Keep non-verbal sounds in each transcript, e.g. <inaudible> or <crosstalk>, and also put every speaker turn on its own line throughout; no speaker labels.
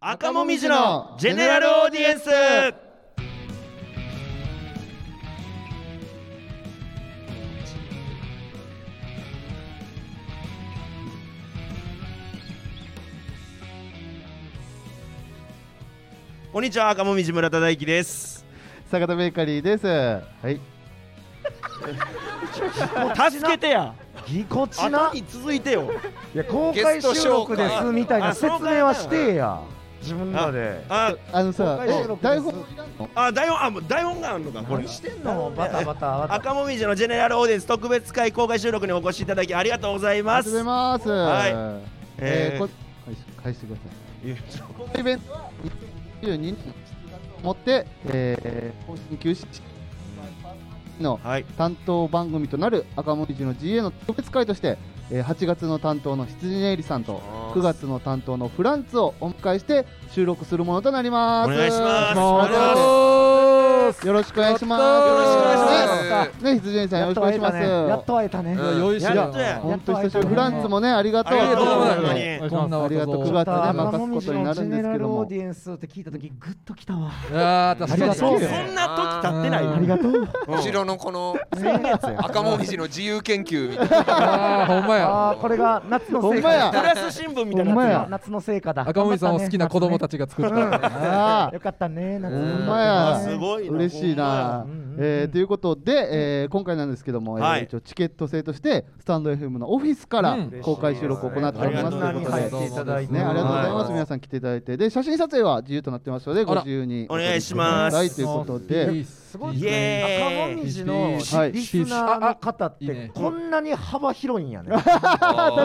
赤もみじのジェネラルオーディエンスこんにちは赤もみじ村田大樹です
坂田ベーカリーです。はい。
助けてや
ぎこちな
後に続いてよ
いや公開収録で
ゲスト紹
す
介
みたい
あ
な説明はしてや自分らで
あ
あのさ、
公開
え
収録
台本
あ台本あもう台本があるのかこれ
してんのバタバタバタ
赤もみじのジェネラルオーディエンス特別会公開収録にお越しいただきありがとうござい
あ
ま
りがとう
す
ございます。
は
え
え
ー
ー
こ返し返してください。このイベントは22日をもって、えー、更新休止の
はい
担当番組となる赤文字の GA の特別会として、えー8月の担当の羊ねいりさんと
あー
9月の担当のフランツをお迎えして収録するものとなります
お願いします
お願いします
お
よろしくお願いします。。
よろしくお願いします
ね、羊ねいさん、よ
や
ろ
っ
しくお願
と
いし
会え
ま
た
す。
ねやっと会えたね
よいしょ
やっとや
ほんと久しぶり。
やっと会えたね
フランスもね、ありがとう。
ありがとう
ございます
あ
こんな
りがとう。9
わ
月で任すことにな
ジ
る
ェ
んで
ネ
す
ラ
けど
ルオー
も
デ。ィエンスって聞いた時グッときたわ
あー
ありがとう
そんな時経ってないよ
ありがとう
後ろのこの
ね
赤もみじの自由研究みたいな。
あーほんま
あ
や
ーこれが夏の
ほ
成
んま
果
や
だ
プラス新聞みたいに
ほんま
な
や
って
夏の成果だ
赤森さんを好きな子供た
ち
ちが作った
あ
よかったね夏
ほん
の
まや
るすごいな
嬉しいな
ほんまやうんうんうん。
えーということで、えー今回なんですけども、えー
はい
一応チケット制として、スタンド FM のオフィスから
うん
公開収録を行っておりますということ
あり
で
がとうございます。
ね、ありがとうございま
は
す。
い
皆さん来ていただいて、で、写真撮影は自由となってますので、ご
あら
自由に
お願いします
はい、ということで、
す
ごい
イエーイ
赤もみじのリスナ
はい
ーの方っ
いいね
てこんなに幅広いんやね。
確
確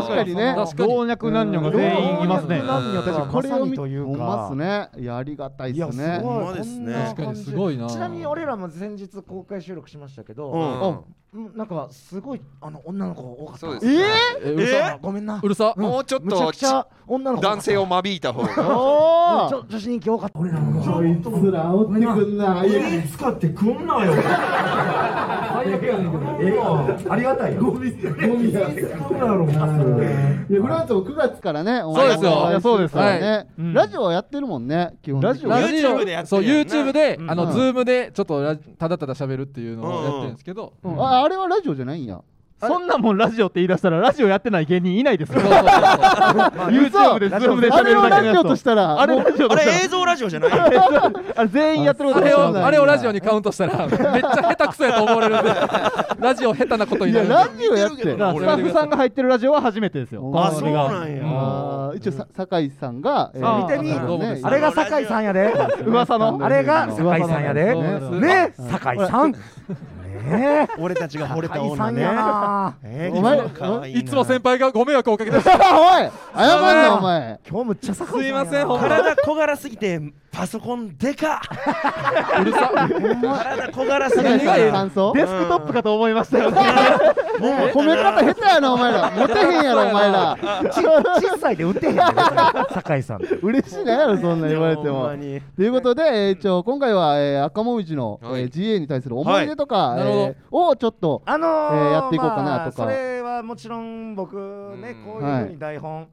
かにね。
確かに
老若男女が全員いますね。
老若男女とは
こ
ま
れ
さ
を
に
見
と
て
いう
ほん
か。
ますね。いや、ありがたい
い
で
や
す
す
ね。
ほん
ご
ま
い。
ですね
こんな
確か
感
に
じ
すごいな
ちなみに俺らも前日公開収録しましたけ
う
ど、
ん
あ
うんなんかすごいあの女の子多かった。
そうです
え
ね。
えう
う
る
る
さ
さごめんな
う。るさ
もうちょっ
むちゃ
と
くちゃ女の子多かった。
男性を間引いた方が。
お
うんちょ女子人気多かった。俺らも
こいつら煽ってくんな。
使ってくんなよ。ありがたいよ。
いやフランスも9月からね、そう
ですよ
そうですから
は
ね。ラジオやってるもんね、基本的に。
ラジオ
ラジオ
YouTube でやって
そう
るやんな
YouTube であ
うん
の Zoom でちょっとラただただ喋るっていうのをやってるんですけど
うんああれはラジオじゃないんや。
そんなもんラジオって言い出したらラジオやってない芸人いないですよ。
そうそうそうそ
ま
う
あ
YouTube で
嘘
Zoom で
あ
喋
れ
る
を
だ
ラ
け
ジ
のや
オ
つ
と
を
したら、
あれ
もう
あ
ラジオとしたら
れ映像ラジオじゃないよ
あれ全員やってるこ
あ
と
れ
そうなんだ
をあれをラジオにカウントしたらめっちゃ下手くそやと思われるんでラジオ下手なことに
い
な
や、
る
ラジオやって。
だからスタッフさんが入ってるラジオは初めてですよ。この
あ
番
そう
組が
なんや
あー一応、さ酒井さんが、え
あ
ー
見てみ
あの
どう
ね
も
あれが酒井さんやで。
噂の
あれが酒井さんやで。
ね
ね酒井さん。ねえ。
俺たちが惚れた
酒井
女
さん
ね
やな。
え
お前
いつも先輩がご迷惑をおかけです
おい謝んな、お前。
今日むっちゃ酒井さん
すい
やな。
ませんほんま
体小柄すぎてパソコンでか
うるさ
体小柄すぎ
酒井
て
さんの感想
デスクトップかと思いましたよ。
もう
褒め方下手やな、お前ら。モテへんやろ、お前ら。
小さいで打てへんねん別に酒井さんって。
嬉しいなやろ、そんな言われて
ほん
も
ま。に
ということで、えー一応今回は、えー赤もみじの、
はい
えー GA に対する思い出とか、
は
え
い
ー
なるほ
をちょっと、
あのー
えーやっていこうかなとか
まあそれはもちろん僕ね
うん
こういうふうに台本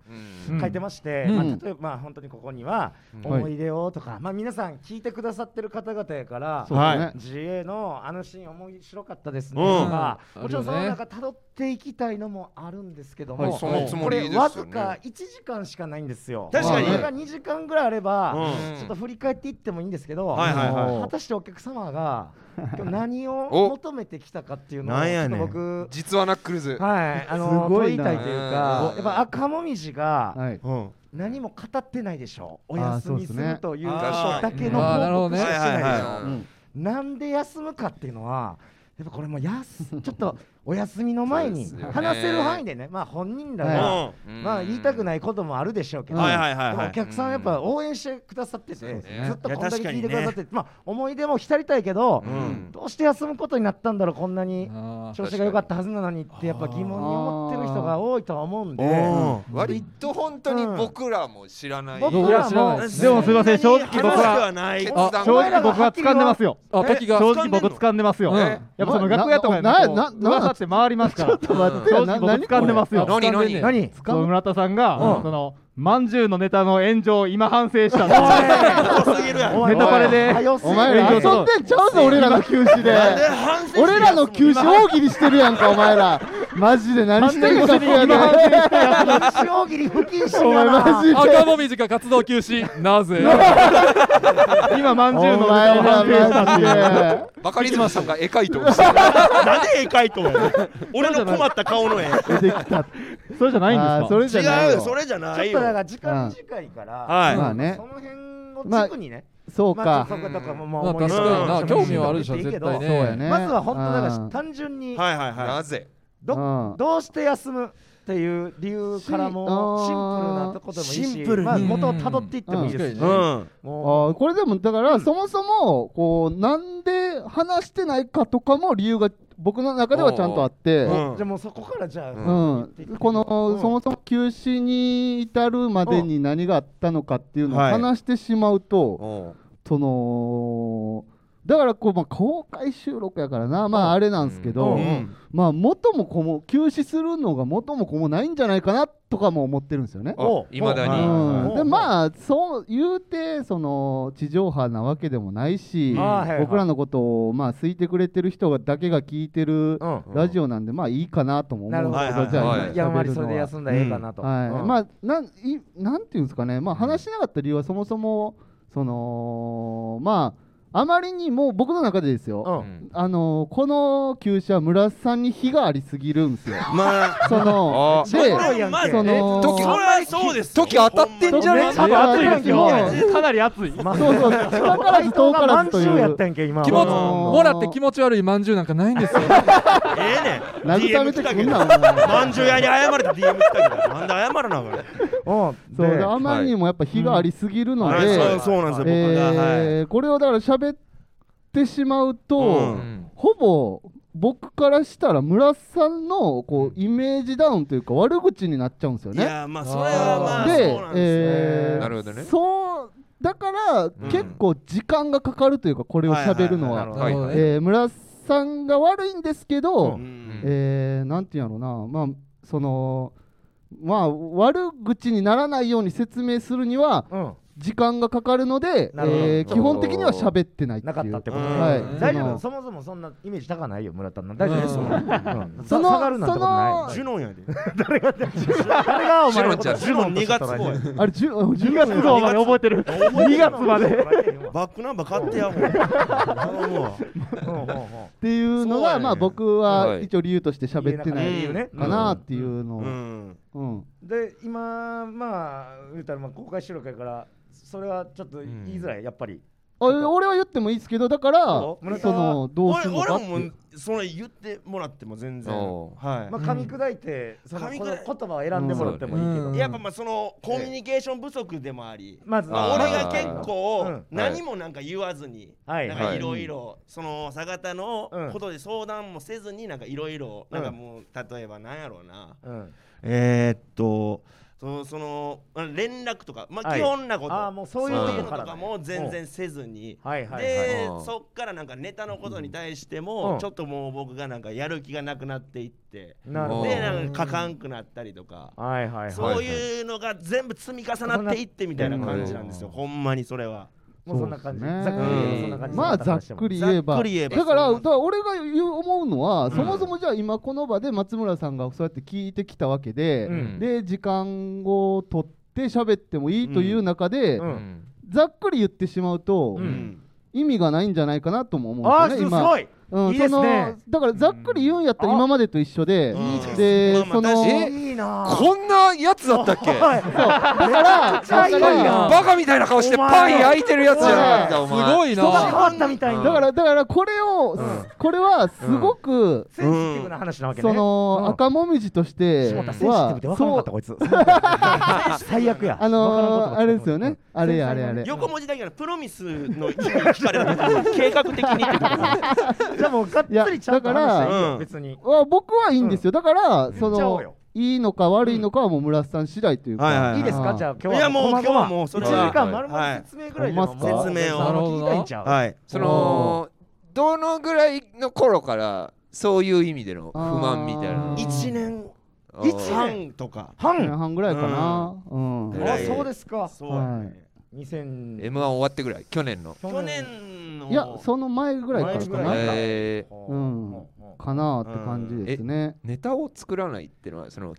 うん
書いてまして、
うん
まあ
うん
例えばまあ本当にここには
うん
思い出をとか、まあ皆さん聞いてくださってる方々やから
そうですね、
自衛のあのシーン面白かったですね
うん
とか、
うん
もちろんそ
あ
の
るよね
中辿っていきたいのもあるんですけども、
はい
そのつも
こ
り
れ
です
わ
よ
ず
ね
か。1時間しかないんですよ。
確
かに
これが2時間ぐらいあれば、
うん
ちょっと振り返っていってもいいんですけど、
はいはいはい
果たしてお客様が今日何を
お
求めてきたかっていうのを
なん
ちょ
や
っ
ね
と
ん
僕、
実はナックルズ。
はい、あの
すご
問
い
い
な
たいというか、やっぱ赤もみじが
はい、
うん
何も語ってないでしょ、
ん
お休みす
あーそうですね
るというこ
あー
とだけの
あーなるほ
報
ど
告
ね
しかしてないでしょ。
う
うん
ん
なんで休むかっていうのは、やっぱこれもやす <laughs> ちょっとお休みの前に
そうですよね
話せる範囲でね、まあ本人ら
は
う
が、
ん
まあ言いたくないこともあるでしょうけど、
はいはいはいはい
でもお客さんやっぱ応援してくださってて、
うん
ずっとこんだけ
いや確か
聞
に
い
ね
てくださってて、まあ思い出も浸りたいけど、
うん
どうして休むことになったんだろう、こんなに。
あー
調子が良かったはずなのにってやっぱ疑問に思ってる人が多いとは思うんで
お
割と本当に僕らも知らない。
僕
僕ら
らも
も
ー
でもすいません正直僕
話では
は
ない
決
あ
断
正直僕は掴んでますよ。
あ時が
正直僕掴んでますよ。
うん
やっぱその楽屋とかや
な
な
ななな
噂って回りますから。
ちょっと待って
正
よ、
直
な
僕
何こ
掴んでますよ。
何何
何
何
その村田さんが、
うん
そのまんじゅうのネタの炎上、今反省したんで
多すぎるやん
ネタバレで
おいおい
お前ら遊ん
えー
でんちゃうぞ俺らの休止で
反省して
<laughs> 俺らの休止大喜利してるやんかお前らマジで何してるか
完全に今反省
将棋に不謹慎
お前
や
マ
な
ジで
赤もみじが活動休止なぜ
<laughs>
今、まんじゅう
お
のネ
前
タを
ら
反省し
マ
たって
ジ
いう。
で
バカリズムさんが絵描いてほしい
なんで絵描いとん
<laughs>
やねん俺の困った顔の絵
出てきた。それじゃないん
あー
です
そ
か
れじゃない
違う
よ
それじゃな
ちょっ
い
と
よ
だから時間
うん
短いから、
はい
まあね
その辺を軸にね、
そう
まあ
か
ちょっとそこだからもう
まあ
もういろいろ
確かにな興味は
あるでしょ絶対ね
そうやね
まずは本当だから
うん
単純に
はいはいは
なぜ
ど,、
うん
どうして休むっていう理由からも
し
シンプルなとことでもいいし
シンプルに
まあ、元をたどっていってもいいですし、
うん
いうん
もう
あーこれでもだから、そもそもこうなんで話してないかとかも理由が僕の中ではちゃんとあって、
おう
じゃあもうそこからじゃあ、
う
うん
うん
この、
うん
そもそも休止に至るまでに何があったのかっていうのを
はい
話してしまうと、
おう
そのだからこう、まあ、公開収録やからなまああれなんですけど、
うん
うん
まあ元も子も休止するのが元も子もないんじゃないかなとかも思ってるんですよね。
あいまだ
お
に
うん、で
あ
まあそう言うてその地上波なわけでもないし、
あはい
僕らのことをまあ好いてくれてる人だけが聞いてる
うん
うん
ラジオなんでまあいいかなとも思うんです
な
け
るほ
ど
ど
じゃ
は
あ
いはい
今
いやあんまり
喋る
それで
のは
休んだらええかなと、
はい、まあなんいなんていうんですかねまあ話しなかった理由はそもそもそのまああまりにも僕の中でです
う
よ、
ん
うん
あのーこの急車村瀬さんに火がありすぎるんですよ
まあ
その
あ
で
そうなんや
まあ
その
そりゃそうですよ
時当たってんじゃね
めっちゃ
あ
暑いですよ
そう。
かなり暑い。
まあ
そうそう近からず遠からずとい
満州やっ
う
たんけ今
気
肝
持ち
の
もらって気持ち悪いまんじゅうなんかないんですよ
ええねん
慰め
DM
て
来
く
た
ん
け
な
ど
お前
まんじゅう屋に謝れた DM 来たけどなんで謝らなあかんねん
うん
そう
で
あまりにもやっぱ火がありすぎるの
は
で、
いそうそうなんですよ僕がはい
えーこれをだから喋ってしまうと、
う
うん
ほぼ僕からしたら村瀬さんのこうイメージダウンというか悪口になっちゃうんですよ
い
ね。
やまあそれはまあ
で
そうなんです
えー
なるほどね
そうだから結構時間がかかるというかこれを喋るの
はいはいはいな
は
るほ。ど
なるほどね
えー村瀬さんが悪いんですけど、
よう
うん
ん
えーなんていうんやろうな、まあ、その、まあ、悪口にならないように説明するには、
うん
時間がかかるので、え
なるほど
ー基本的には喋ってないってい
なかったっ
う
て。ことね、
うん
はい
大丈
その
夫そもそもそんなイメージ高ないよ村田の大丈夫
うん
その、うん、
その
下がるなんてことない
ジュノンや
<laughs>
で
誰がお前のこ
ジュ
と
ノン
ジュノン2月
ジュ
号やで
あ
ノンと
<laughs> れ、10 10
2月
月
号まで覚えてる。2月まで。
バックナンバー買ってやほん頼むわ
っていうの
そうや
が、
ね
まあ、僕は一応理由として喋ってな
言えなかっ
い
た理由ね
かなっていうのを
う。ん
うん
で今まあ言うたらまあ公開収録やからそれはちょっと言いづらいやっぱり
あ俺は言ってもいいですけど、だから、
そ
そう
村田
の、どうす
俺
るのかって
俺
い
も
う。
それ言ってもらっても全然
お
はい
まあ噛み砕いてその
噛み
言
砕い
葉を選んでもらってもいいけど
うん
やっぱまあそのコミュニケーション不足でもあり、
まず
まあ
あー
俺が結
う
構
ん
何もなんか言わずに、
はい
なんか
はい
いろいろその佐方の
うん
ことで相談もせずになんかいろいろなんかもう例えばなんやろうな、
うん
えー、っとそのそのあ連絡とかまあ
はい
基本なこと、
ああもうそういうと
そういう
こ
の
から
と
だ
か
ね
も全然せずに。
はいはいはい
で
うん
そっからなんかネタのことに対して
うん
もちょっともう僕がなんかやる気がなくなっていって
なるほど
でなんかかかんくなったりとか
はいはいはい
そういうのが全部積み重なっていってみたいな感じなんですよ、ほんまにそれは。
もうそんな感じ
そうですね
ざっくり言えばそんな感じ
まあ、ざっくり言えば。
ざっくり言えば
だから、
そう
だ
なん
から俺が言う思うのは、そもそもじゃあ今この場で松村さんがそうやって聞いてきたわけで、
うん
で、時間を取って喋ってもいいという中で、
う
うんん
ざっくり言ってしまうと、
う
うんん、
意味がないんじゃないかなとも思
あ
うん
あ
ですすよね、
す
今。
ごい
うん
いいですね
そのだからざっくり言うんやったら
うん
今までと一緒で、
うん
で、
うん
その
まあまあ
え
いいなあ
こんなやつだったっけ
そうだからだ
ちゃ
か
いいやん
ら
バカみたいな顔してパン焼いてるやつじゃないかお
す
前
ごい
人が変
な
わったみたいな
だからだからこれを、
ん
これはすごく、
センシティブな話なわけね
その、
うん
赤もみじとして
下田センシティブって
は
分からんかったこいつ <laughs> 最悪や
あのー、あれですよね、あれやあ
繊
れあ
細な
れ
横文字だけどプロミスの意味を聞かれた時に計画的にってこと
じゃあもうがっつりちゃんと話したらいいよ別に
は僕はいいんですよ、だからそ
言っちゃおう
の
よ
いいのか悪いのかはもう村瀬さん次第というか、
はいはいはい
いです
う
か
ん
じゃあ今日はい
やもう
こまごま
今日はもうそれは
一時間丸々説明ぐらいでも
はいほんまっすか
説明を
聞いたいんちゃう
はい。
そのどのぐらいの頃からそういう意味での不満みたいな
あー
1年いつ半とか
半
半ぐらいかな。うん。
ぐ
あ
らい
そうですか
そうだね、
2000
M1 終わってぐらい去年の
去年の
いや、その前ぐらいから
前ぐ
から
い
な。
えー
うんかなって感じですね。
ネタを作らないっていうのはその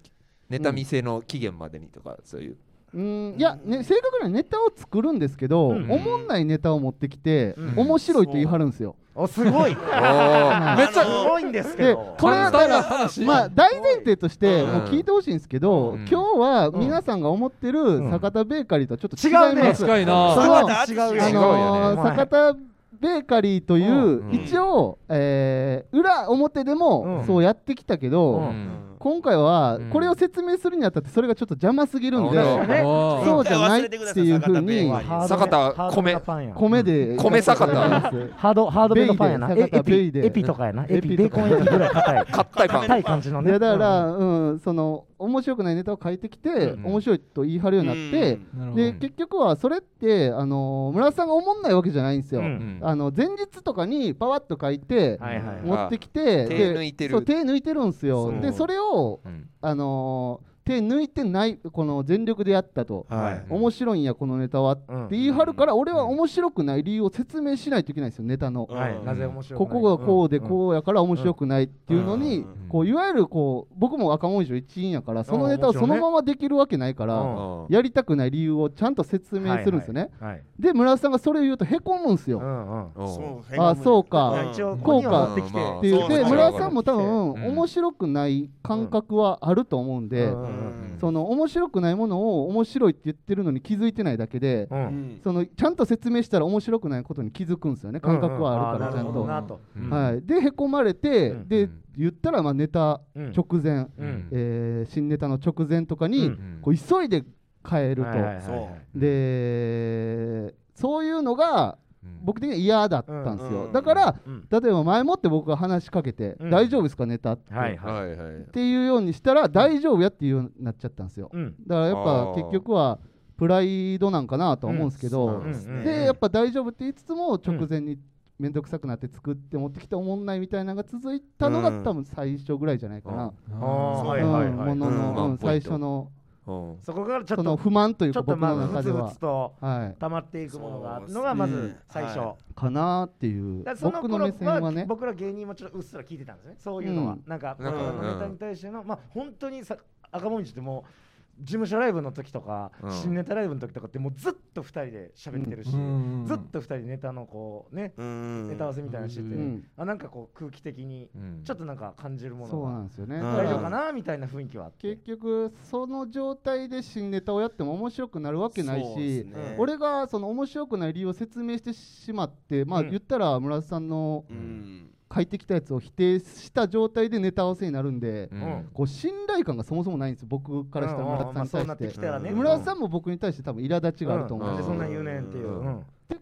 ネタ見せの期限までにとかそういう
うん、いや、ね、正確にはネタを作るんですけど、
う
お
ん
もんないネタを持ってきて、
うん
面白いと言い張るんですよ。
おす
<laughs>
ごい
おーめっち
あ
ゃ
の
すごいんですけ
で
ど、
これだか
簡単な
ら、
話
まあ、大前提として、
うん
もう聞いてほしいんですけど、
うん
今日は皆さんが思ってる坂田ベーカリーとはちょっと違います。
近い
そ
な
ま
の
た
違うよ
あ
ね
のー
はい
坂田ベーカリーという、
うん
一応、えー裏表でも
うん
そうやってきたけど、
うん
うん
今回は
うん
これを説明するにあたってそれがちょっと邪魔すぎるんで、
なるほど
ね
おー
そうじゃないっていうふうに
ハードめ
坂田
ハードめのパンや
米で
米坂田
ハードハードめのパンやな
ベイで
えエ
坂田ベイ
ピ
で
エピとかやなエ
エ
ピ
ピ
ベー
とか
コン焼きぐらい硬い
硬いパン
硬い感じの
い
ね
やだから、うん、その面白くないネタを書いてきて、
ん
面白いと言い張るようになって、
なるほど
で結局はそれってあのー村田さんが思んないわけじゃないんですよ、
うん
あの前日とかにパワッと書いて、
はいはい
持ってきて
手抜いてる
そう手抜いてるんですよ
そう
でそれを
うん
あのー手抜いてないこの全力でやったと、
はい
うん
面白いんやこのネタはって
うん
言い張るから、俺は面白くない理由を説明しないといけないんですよネタの、
うん
はいなぜ面白く
こ
ない
こがこうで
ん
こうやから面白くないっていうのに、
うん
うん
こういわゆるこう僕も赤文字の一員やからそのネタ
も
を
ち
そ
ろんね
のままできるわけないから、
うん
やりたくない理由をちゃんと説明するんですよね、
はいはい
で村田さんがそれを言うとへこむんですよ、
う
っ
んうん
うん
あそうか
うん
一応
こ
ここに
う
は
か
持ってきて
まあ
ていう
そう
で
そう
村田さんも多
う
分
ん
面白くない感覚はあると思うんで、
うん
うん
その面白くないものを面白いって言ってるのに気づいてないだけで、
う
うんん
そのちゃんと説明したら面白くないことに気づくんですよね感覚はあるからちゃんと。
うんあーなるほどなと
うん
はい、でへこまれて、
うん
う
で
ん
言ったらまあネタ
うん
直前、
うん
えー新ネタの直前とか
う
に
ん
こう急いで変えると、
はいはいはい
そう
でそういうのが僕的には嫌だったんですよ、
うん
だから
うん
例えば前もって僕が話しかけて「
うん
大丈夫ですかネタ」って,、
はいはい
はいはい
っていうようにしたら「大丈夫や」っていうようになっちゃったんですよ
うん
だからやっぱ
あー
結局はプライドなんかなとは思うんですけど、
うん
うんうん
でやっぱ大丈夫って言いつつも直前に面倒くさくなって作って持ってきておもんないみたいなのが続いたのが
うん
多分最初ぐらいじゃないかな、
あー
あ
は
はいい
うん
はいは
も
い
の
うん
の、
ワ
う
ン
ん
ポイ
最
ント
初の
うん
そこからちょ
そ
っ
の
と
不満という
ちょ
か
っ
僕
とま
の
あふ
中
つ
で
ふ
は
つ、と
はい、
溜まっていくものがあるのがまず最初、
は
かなっていう
だからその
僕の
頃
目線はね
は僕ら芸人もちょっとうっすら聞いてたんですねそういうのは、
うん
なんか
なん
か
僕らのネタに対しての、まあ本当にさ赤もみじってもう事務所ライブの時とか、
うん
新ネタライブの時とかってもうずっと2人で喋ってるし、
うん
ずっと2人ネタのこうね、
うん
ネタ合わせみたいなのしてて、
うん
あなんかこう空気的に
うん
ちょっとなんか感じるもの
そう
が
なんですよね、
うん
だか
大
ら
丈夫かなみたいな雰囲気はあって
結局その状態で新ネタをやっても面白くなるわけない
そうです
し、
ね
俺がその面白くない理由を説明してしまってまあ
うん
言ったら村田さんの
うん
書いてきたやつを否定した状態でネタ合わせになるんで、
う
うん
ん
こう信頼感がそもそもないんですよ僕からしたら村田さんに対し
うんうんまあそうなって
て。
きたらね、
うん
村田さんも僕に対して多分苛立ちがあると思うん
なん
で
ですそ
よ
んなん言うねんっていう、
う
うんん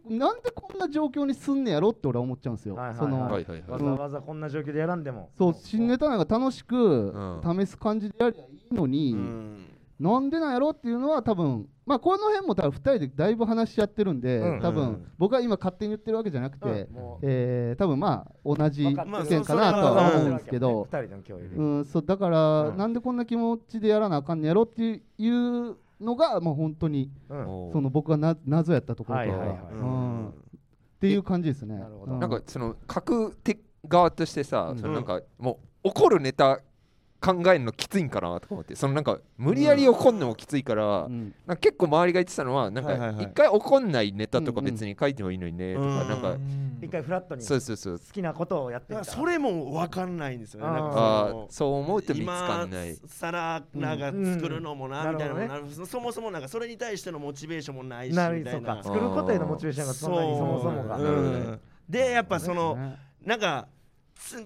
でなんでこんな状況にすんねやろって俺は思っちゃうんですよ。
はいはいはい
その
はいはい
わ
はい
ざわざこんな状況でやらんでも
そう新ネタなんか楽しく
ん
試す感じでやりゃいいのに、
うん
なんでなんやろっていうのは多分まあこの辺も多分2人でだいぶ話し合ってるんで、
うん
多分、
うん
僕は今勝手に言ってるわけじゃなくて、
うんもう
えー多分まあ同じ意見
まあ
かなとは思うんですけど、
二人の共有
うんそうだから、
うん
なんでこんな気持ちでやらなあかんねやろっていういうのが、まあ、本当に
おー
その僕がな謎やったところとか、
はいはいはい
うんっていう感じですね。
なるほど
う
なんかその書く手側としてさ、
うん
そのなんかもう怒るネタ考えるのきついんかなとか思ってそのなんか無理やり怒んのもきついから、
うん
なんか結構周りが言ってたのはなん
はいはい
か
はい
一回怒んないネタとか
うんうん
別に書いてもいいのにねとか、
うん
なんか、
一回フラットに
そ
好
うそうそう
きなことをやって
だ
み
か
た
らそれも分かんないんですよね
あー
なんか
あ
そ
ー
の
そう思うと見つかんない
今更なんか作るのもな、
うん
みたいなのもな
な
そもそもなんかそれに対してのモチベーションもないし
な
み
る
た
そう
い
か
な
う
作ることへのモチベーションがそんなにそもそもが、
ううんでやっぱその、なんかつ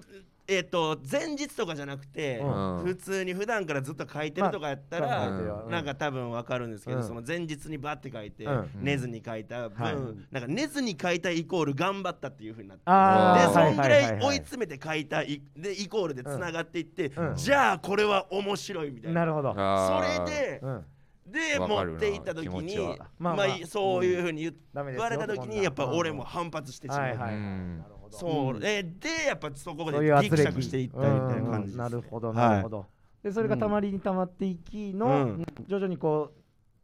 えっ、と前日とかじゃなくて、
うん
普通に普段からずっと書いてるとかやったら、
まあ
書いてるよ
うん
なんか多分わかるんですけど、
うん
その前日にバッて書いて、
うん
寝ずに書いた分、
はい
なんか寝ずに書いたイコール頑張ったっていうふうになって
あ
で
ー
そ
はい
んぐ
はいはいは
ら
い
い追い詰めて書いたいでイコールでつながっていって、
うん
じゃあこれは面白いみたいな
なるほど、
そ
あー
れで、
うん、
で
わかる
持
な
っていった時
気持
に
ちは
ま
ま
あ
あ、
まあ
そういうふうに言,、
ダメです
言
よ
われた時にやっぱ俺も反発してしまう、
はいはい、はい
うん
なるほど
そう、えーでやっぱそこ
そう
で
い
ギ
う圧
クシャ
力
クしていったみたいな感じです、
なるほど
はい
なるほど、でそれがたまりにたまっていきの、
うん
徐々にこ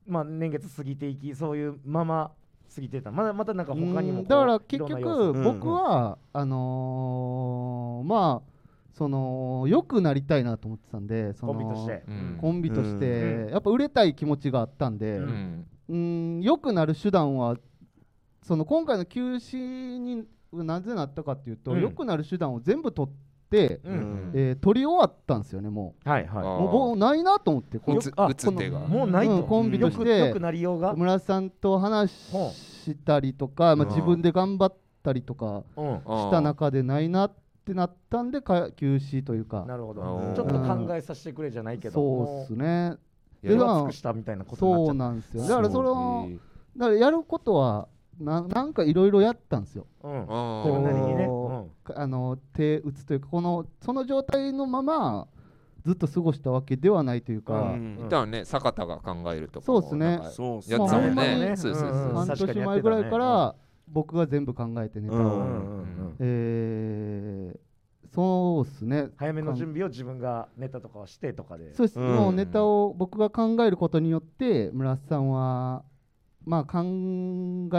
う、まあ、年月過ぎていきそういうまま過ぎてたまだまたなんか他にもこう
だから結
いろんな要
局
素
ん
僕は、あのーまあその良くなりたいなと思ってたんでそ
コ
の
ンビとして
うん
コンビとして、
う
やっぱ売れたい気持ちがあったんで、
う
うん
うん良くなる手段はその今回の休止になぜなったかっていうと、
うん
良くなる手段を全部取って、
うん
うん
えー取り終わったんですよねも
はい
あ
は
う
ー
もう僕ないなと思ってこ
う
の
つ
あ
うつ手が
いもうないと、
うんコンビとして
よくよくなりようが、
村瀬さんと話
ほ
したりとか、まあ、
うん
自分で頑張ったりとか
うん、
した中でないなってなったんでか休止というか
なるほ
う
ど
ん
ちょっと考えさせてくれじゃないけど
そうっすねで
やり
手
ま
まあ
は尽くしたみたいなことになっち
そ
ゃ
う
っ
なんですよ
す
だからそのだからやることはななんかいろいろやったんですよ
た、うん、
あ
自分なりにね、
こかあの手打つというかこのその状態のままずっと過ごしたわけではないという
う
か、
ん
だからね坂田が考えると
そうっすね
なんか
そうっす
や
ね
つ
まあ
だもん
ほんま
ね
に
そうそうそう
うん
そう
半年前ぐらいから僕が全部考えてネタを、
う
う
ん
んうんうん
えーそうですね
早めの準備を自分がネタとかはしてとかで
そうです、
うん
もうネタを僕が考えることによって村瀬さんはまあ考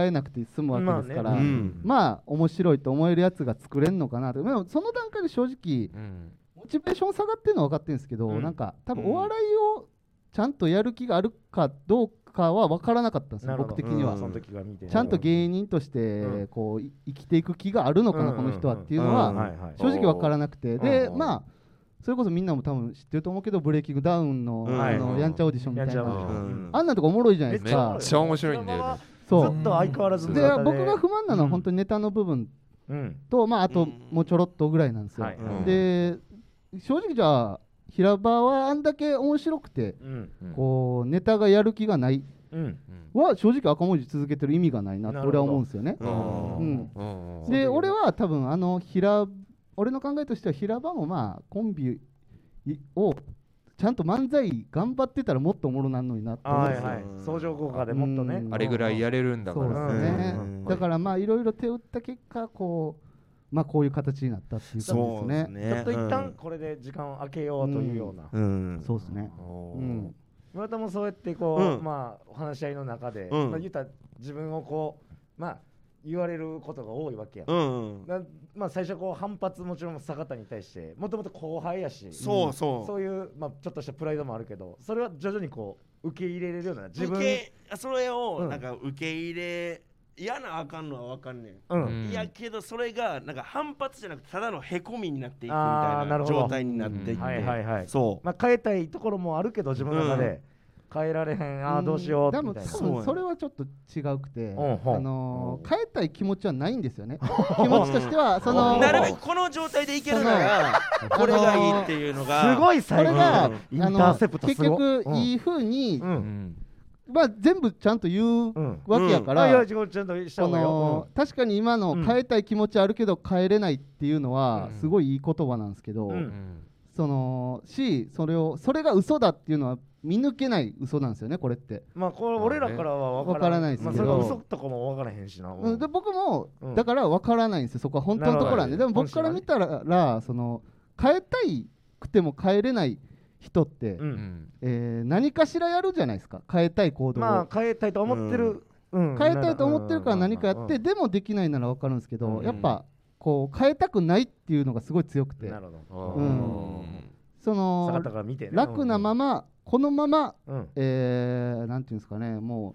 えなくて済むわけですから、ま
まあ
あ
ね
うん
面白いと思えるやつが作れるのかなとでもその段階で正直
うん
モチベーション下がってるのは分かってるんですけど、
うん
なんか多分
うん
お笑いをちゃんとやる気があるかどうかは分からなかったんです
な
よ
るほど
僕的には、
うん
その時は見て
ちゃんと芸人とし
う
て
ん
こうい生きていく気があるのかな、この人はっていうのは、
うん
はいはい
正直わからなくて、
ん
で、
うん
まあそれこそみんなも多分知ってると思うけど「ブレイキングダウンの」
うん
あ
は
の
い
やんちゃオーディションみたい
やんちゃオーディ
な
ション
うん
あんなとこおもろいじゃない
め
で
め
す
っ
か
ちゃ面白いんだよね
そ
そ
ずっと相変わらず
う
の
で
方
僕が不満なのは本当にネタの部分
うん
と、まああ
う
と
ん
もうちょろっとぐらいなんですよ、
はい
うん
で正直じゃあ平場はあんだけ面白くて
うん
うん
こうネタがやる気がない
うん
うん
は正直赤文字続けてる意味がないなって俺は思うんですよね
なるほ
う
ど
ん
うん
そうだ
で
よね
俺は多分あの平俺の考えとしては平場もまあコンビをちゃんと漫才頑張ってたらもっとおもろなんのになって思うん
は
で
い
すよ
はい相乗効果でもっとね
うん
あれぐらいやれるんだか
そう
ら
ですね
うんうん
だからまあいろいろ手を打った結果こうまあこういう形になったっていう感じです
そうです
ね
ね
ちょっと一旦これで時間を空けようというような
うん
そうですね
お
う
ー
ん
村田もそうやってこ
う
うんまあお話し合いの中で
うん
まあ言ったら自分をこうまあ言われることが多いわけや
うん
なまあ最初こう反発もちろん坂田に対してもともと後輩やし
そうそう
そういう、まあ、ちょっとしたプライドもあるけどそれは徐々にこう受け入れれるような自分
受けそれ
う
を
ん
なんか受け入れ嫌なあかんのは分かんねん
うん、
うん
いやけどそれがなんか反発じゃなくてただのへこみになっていくみた
あー
い
なる
な
ほど
状態になっていって、
はいはいはい、
そう
まあ、変えたいところもあるけど自分の中で変えられへん、ああどうしよう
で
み
も
た
多
いな。
分それはちょっと違うくて
うんうん
あのー変えたい気持ちはないんですよ
<laughs>
ね気持ちとしてはその
なるべくこの状態でいけるならこれがいいっていうのが
すご
こ
い
れ
最後
が、
うん
インタ
あの
ーセプトす
結
ご
局
うん
いい風に、
う
うんん
まあ全部ちゃんと言う
うん
わけやか、
かららいやちょっとちゃんとした
こ
方がよ
の、確かに今の
うん
変えたい気持ちあるけど変えれないっていうのは
うん
すごいいい言葉なんですけど、
う
うんん
そのしそれをそれが嘘だっていうのは見抜けない嘘なんですよねこれって、
うんまあこれ俺らからは分
わ
から
からないです
まあ、
け
そ
ど
れが嘘とかも分からへんしな、うん
うんで僕も
うん
だから分からないんですよそこは本当のところなんでで
な
も
るほど
僕から見たらその変えたいくても変えれない人って、
う
うんん
えー何かしらやるじゃないですか変えたい行動を、
まあ変えたいと思ってる、うん
変えたいと思ってるから何かやって、
うん
でもできないなら分かるんですけど、
うん
やっぱこう変えたくないっていうのがすごい強くて
なるほ
あ
ど、
ー
そ
坂
の
田から見て、ね、
楽なままこのまま、
うん
えーなんていうんですかねも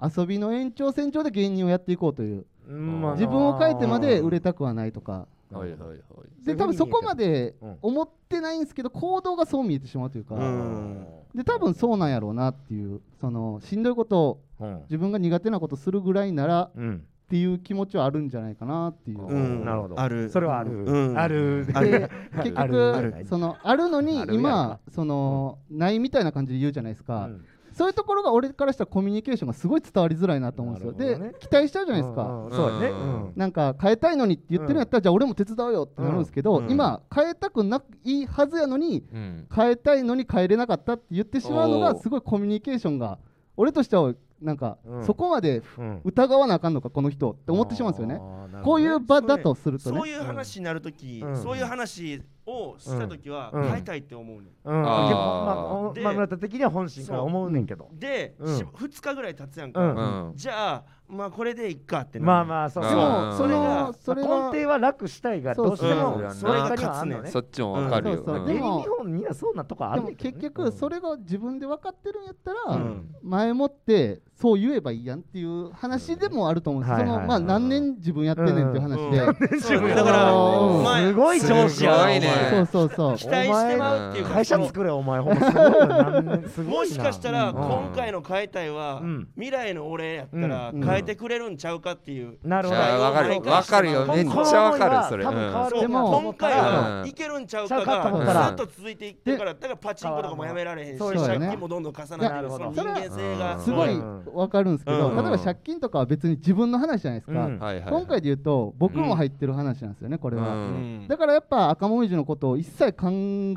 う遊びの延長線上で芸人をやっていこうという
うんまあ
自分を変えてまで売れたくはないとか
はいはいはい
で多分そこまで
うん
思ってないんですけど行動がそう見えてしまうというか、
うん
で多分そうなんやろうなっていうそのしんどいことを
うん
自分が苦手なことするぐらいなら
うん
っていう気持ちはあるんじゃないかなっていう。
うん
なるほど
ある
それはある、
うん
<laughs> ある
あ
で
る
結
あるある
局そのあるのに
あるやんか
今そのないみたいな感じで言うじゃないですか、
うん
そういうところが俺からしたらコミュニケーションがすごい伝わりづらいなと思うんですよ、
なるほどね
で期待しちゃうじゃないですか、
うんうんそうやね、うん
なんか変えたいのにって言ってるんやったら、じゃあ俺も手伝うよってなるんですけど、
うん
今変えたくないはずやのに
うん
変えたいのに変えれなかったって言ってしまうの
お
が
ー
すごいコミュニケーションが俺としてはなんか
うん
そこまで
うん
疑わなあかんのかこの人って思ってしまうんですよね、こういう場だとするとね
そういう話になるとき、
うん
そういう話をした時は
うん
変えたいって思うね、
うん、でも
あー
まあほん
で
まあ村田的には本心から思うねんけど
ん、で、
うん
2日ぐらい経つやん
う
か、
うん
じゃあまあこれでいっかってなる
まあまあそう
うん
でも
あー
それ
ま
は
あ
それ
まあ
は
根底は楽したいがどうして
そうそう
もそれ
うん
がにはあん
それが勝つ
の
ね
ね
そっちもわかるよ。
うんそうそう
うん
で
で
も
日本みんなそうなとこあ
で
る
も
ねんけど
結
ね
局それが自分で分かってるんやった
う
ら
ん
前もってそう言えばいいやんっていう話でもあると思うんです
は
そ
いはい
の
はい
まあ何年自分やってんねんっていう話で
うんそう
分
だから
うん
前
すごい上司やな
すごいね
お前
そうそうそう
期待してまうっていうか
会社作れお前ほんますごいよなんす
その
ご
も
いな
しかしたら
うん
今回の変えたいは、
うん
未来の俺やったら
うん
変えてくれるんちゃうかっていう、
なるほ
じ
ど
ゃあわかるよ。わかるよ。
こ
めっちゃわかるそれ。
多分変わる
そう
でも
今回は
うん
いけるんちゃうか
ちゃうかと思
ったら
がずっと続いていってるからだからパチンコとかもやめられへんし
そう
よね
借金もどんどん重なってる
いや
その人間性が
うん
すごい
うん
分かるんですけど
うん
例えば借金とかは別に自分の話じゃないですか
うん
はいはいはい
今回で言うと僕も入ってる話なんですよねこれ
う
は
ん
だからやっぱ赤もみじのことを一切考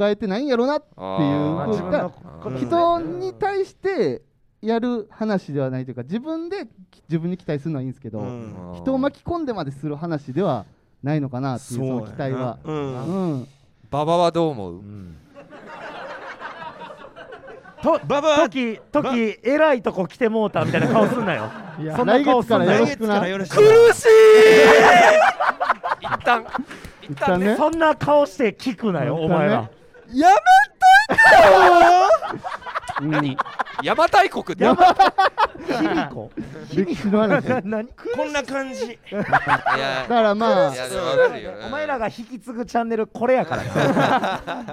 えてないんやろなっていうだから
まあ自分のこ
あー
とね
人に対してやる話ではないというか自分で自分に期待するのはいいんですけど、
うん
人を巻き込んでまでする話ではないのかなっていうその期待は。
う
うんん、
ババはどう思う
と
ババア
時時えらいとこ来てもうたみたいな顔すんなよ
いや
そんな顔すんな
来
来月
よろし
よ
く
か
な
らよろしく
しい一旦一
一旦
旦ね
ね
そんな顔して聞くなよお前ら
や
うん
め邪馬台国って
卑弥呼
歴史の話だ
何
こんな感じ
いや
からまあ
いやでもわかるよ
お前らが引き継ぐチャンネルこれやから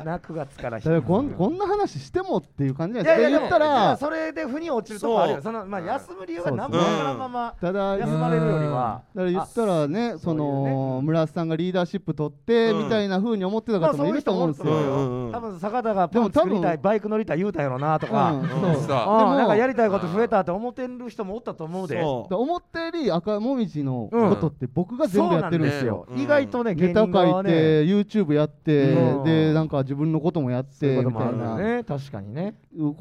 な9月から
だからこんこんな話してもっていう感じじゃ
い
ない
やい
で
や
すか
で
言っ
も
たら
それで腑に落ちるとこあるよそのまあ休む理由が何もわからんまま
ただ
休まれるよりは
だから言ったらねそ
そういうね
の村瀬さんがリーダーシップ取って
うん
みたいな風に思ってた方もいると思うんです
まあそういう人もいると思う
よ。
んうん
多分坂田がパン作りた
でも多
い
分
バイク乗りたい言うたんやろなと
う
か、
ん
う
そ
ん
う
さあ
でも
ああなんかやりたいこと増えたって思ってる人もおったと思うで
そ
だから思ったより赤もみじのことって僕が全部やってるんですよ。
うん
意外とね
ネ
芸
タ書
人
い
側はね
て、YouTube やって、
うん
でなんか自分のこともやっ
そうい
て
うこと
み
も
た
あ
い
るよ
な。
ね確かにね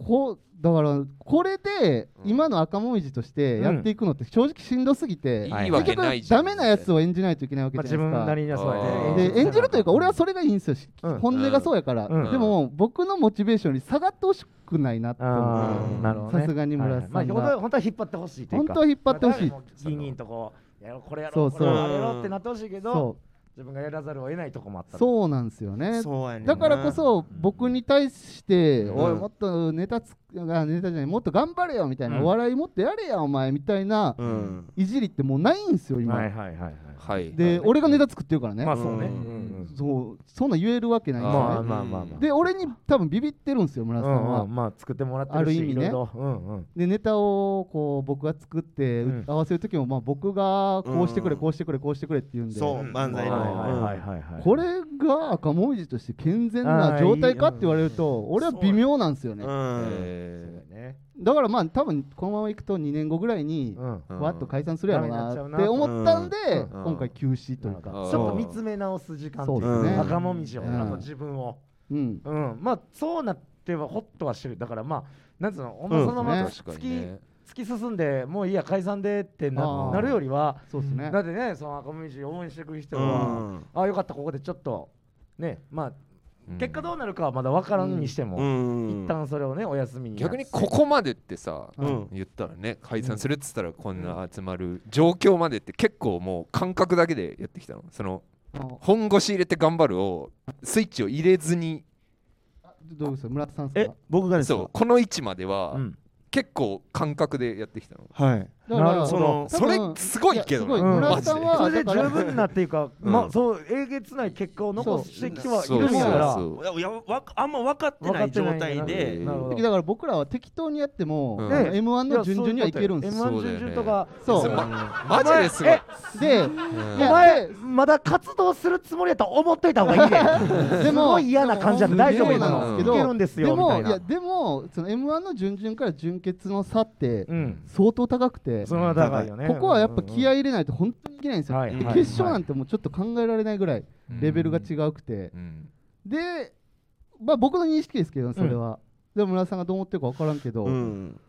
こうだからこれで
うん
今の赤もみじとしてやっていくのって正直しんどすぎて、
いいわ
結
けない
局
じゃ
ダ
ん
メなやつを演じないといけないわけ
まあ、
じ
自
ゃ
分
な
ない
で
りにはそう
あ
や
すか。
ね
ー
で演じるというか俺はそれがいいんですよ、
うん
本音がそうやから、
うん
でも僕のモチベーションに下がってほしくないなって
あ
思
ー
うん
なるほど
う
ね
さすがに村瀬さ
はい
んが、
まあ、本当は本当は引っ張ってほしいという
本
か
当は引っ張ってほしい、
まあ誰も議員とこうやろうこれやろ
そうう
こ
そう
れやろうってなってほしいけど
そ
自分がやらざるを得ないとこもあった
う
り
そうなんですよね
そうやねんな
だからこそ僕に対して、
うん
おいもっとネタつあネタじゃないもっと頑張れよみたいな、
うん
お笑いもっとやれやお前みたいな
うん
いじりってもうないんですよ今、
はいはいはいはい
はい
で、俺がネタ作ってるからね、
まあそうね、
うん
そうそんなん言えるわけないんですよね、
まあまあまあまあ
で俺に多分ビビってるんですよ村
う
瀬さん
ん
は、
うん、まあ作ってもらってるし
ある意味ね
いろいろうんうん
でネタをこう僕が作って、
うん
合わせる時もまあ僕がこうしてくれ、
うん
こうしてくれこうしてくれって言うんで
そう漫才の
はいはい
うん
はいはい
これが赤もみじとして健全な状態かって言われると俺は微妙なんですよね、
うん
え
ね
だからまあ多分このままいくと2年後ぐらいに
うん
ー
わっと解散するやろうなって思ったんで、
うん
今回休止というか、
うん
ちょっと見つめ直す時間という
そう
ですね
か赤もみじを、
うん
あと自分を、
うん
うん、まあそうなってはホッとはしてるだからまあなんつうのお
う
前
ん
そのまま
確か
突き,、
にね
突き進んでもういいや解散でって
あ
な
ー
なるよりは
そうですね、
だってねその赤もみじを応援してくる人
う
は、
ん
ああよかったここでちょっとねまあ
うん
結果どうなるかはまだ分からんにしても、
うん
一旦それをねお休みに
逆にここまでってさ
うん
言ったらね解散するっつったらこんな集まる状況までって結構もう感覚だけでやってきたのその本腰入れて頑張るをスイッチを入れずに
あどうですか村田さんです
え
か
僕がです
そう
か
この位置までは
うん
結構感覚でやってきたの
はい
だから
なるほど
その
多
それ
分
すごいけどな
やすご
う
い
ん
村田さん
そ
は
れで
だ
十
から
分なっていうか、
うん
まあそうえげつない結果を残してきてはい
そ
る
う
か
そう
ら
そう
いやいやわあんま分かって
分
な
か
い
って
状
ない
態で
うん
なるほど
だから僕らは適当にやっても、
うん
m 1の準々にはいけるんですよ。
よ
M1 準々とか、
そう
そうだよね
お
マジ
前
ですごい
え
で
うん
お
いや
前まだ活動するつもりやと思っといた方がいいで。
です
ご
も
い嫌な感じなんで大丈夫
でも
今
な
の。
ん
い
ですけど
けるんです
で
よみた
も
い
いや
な。
でもその m 1の準々から準決の差って
うん。
相当高くて、
それは高いよね。
ここはやっぱ気合い入れないと本当にいけないんですよ。
はい
うん
で
はい
決勝なんてもうちょっと考えられないぐらいレベルが違うくて、
うん
で、まあ、僕の認識ですけどそれは、でも村田さんがどう思ってるか分からんけど、
うん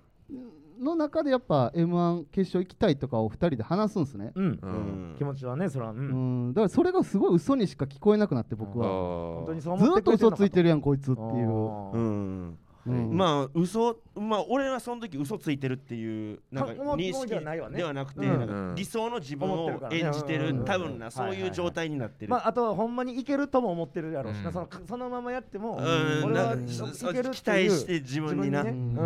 の中でやっぱ m 1決勝行きたいとかを2人で話すんですね、
うん
う
うんん
気持ちはねそれはう
うんん、だからそれがすごい嘘にしか聞こえなくなって僕は、
あー
本当にそう
ず
思っ
ーってと
くれてる
嘘
のか
ついてるやんこいつってい
あ
う、
ー
うん
うん
まあ嘘まあ俺はその時嘘ついてるっていうなんか
か思う
認
思う
識
じゃないわね
ではなくて、
うん
なんか理想の自分
思って
を
るからね
演じてる
うん
多分
う
な、
ん
そういう状態になってる、
まあ、あとほんまにいけるとも思ってるやろうしな、
うん
そのそのままやっても、
うん
俺
な
は
んか
い
そ
けるっ
期
て
待
いう
して自分にな
自分にねう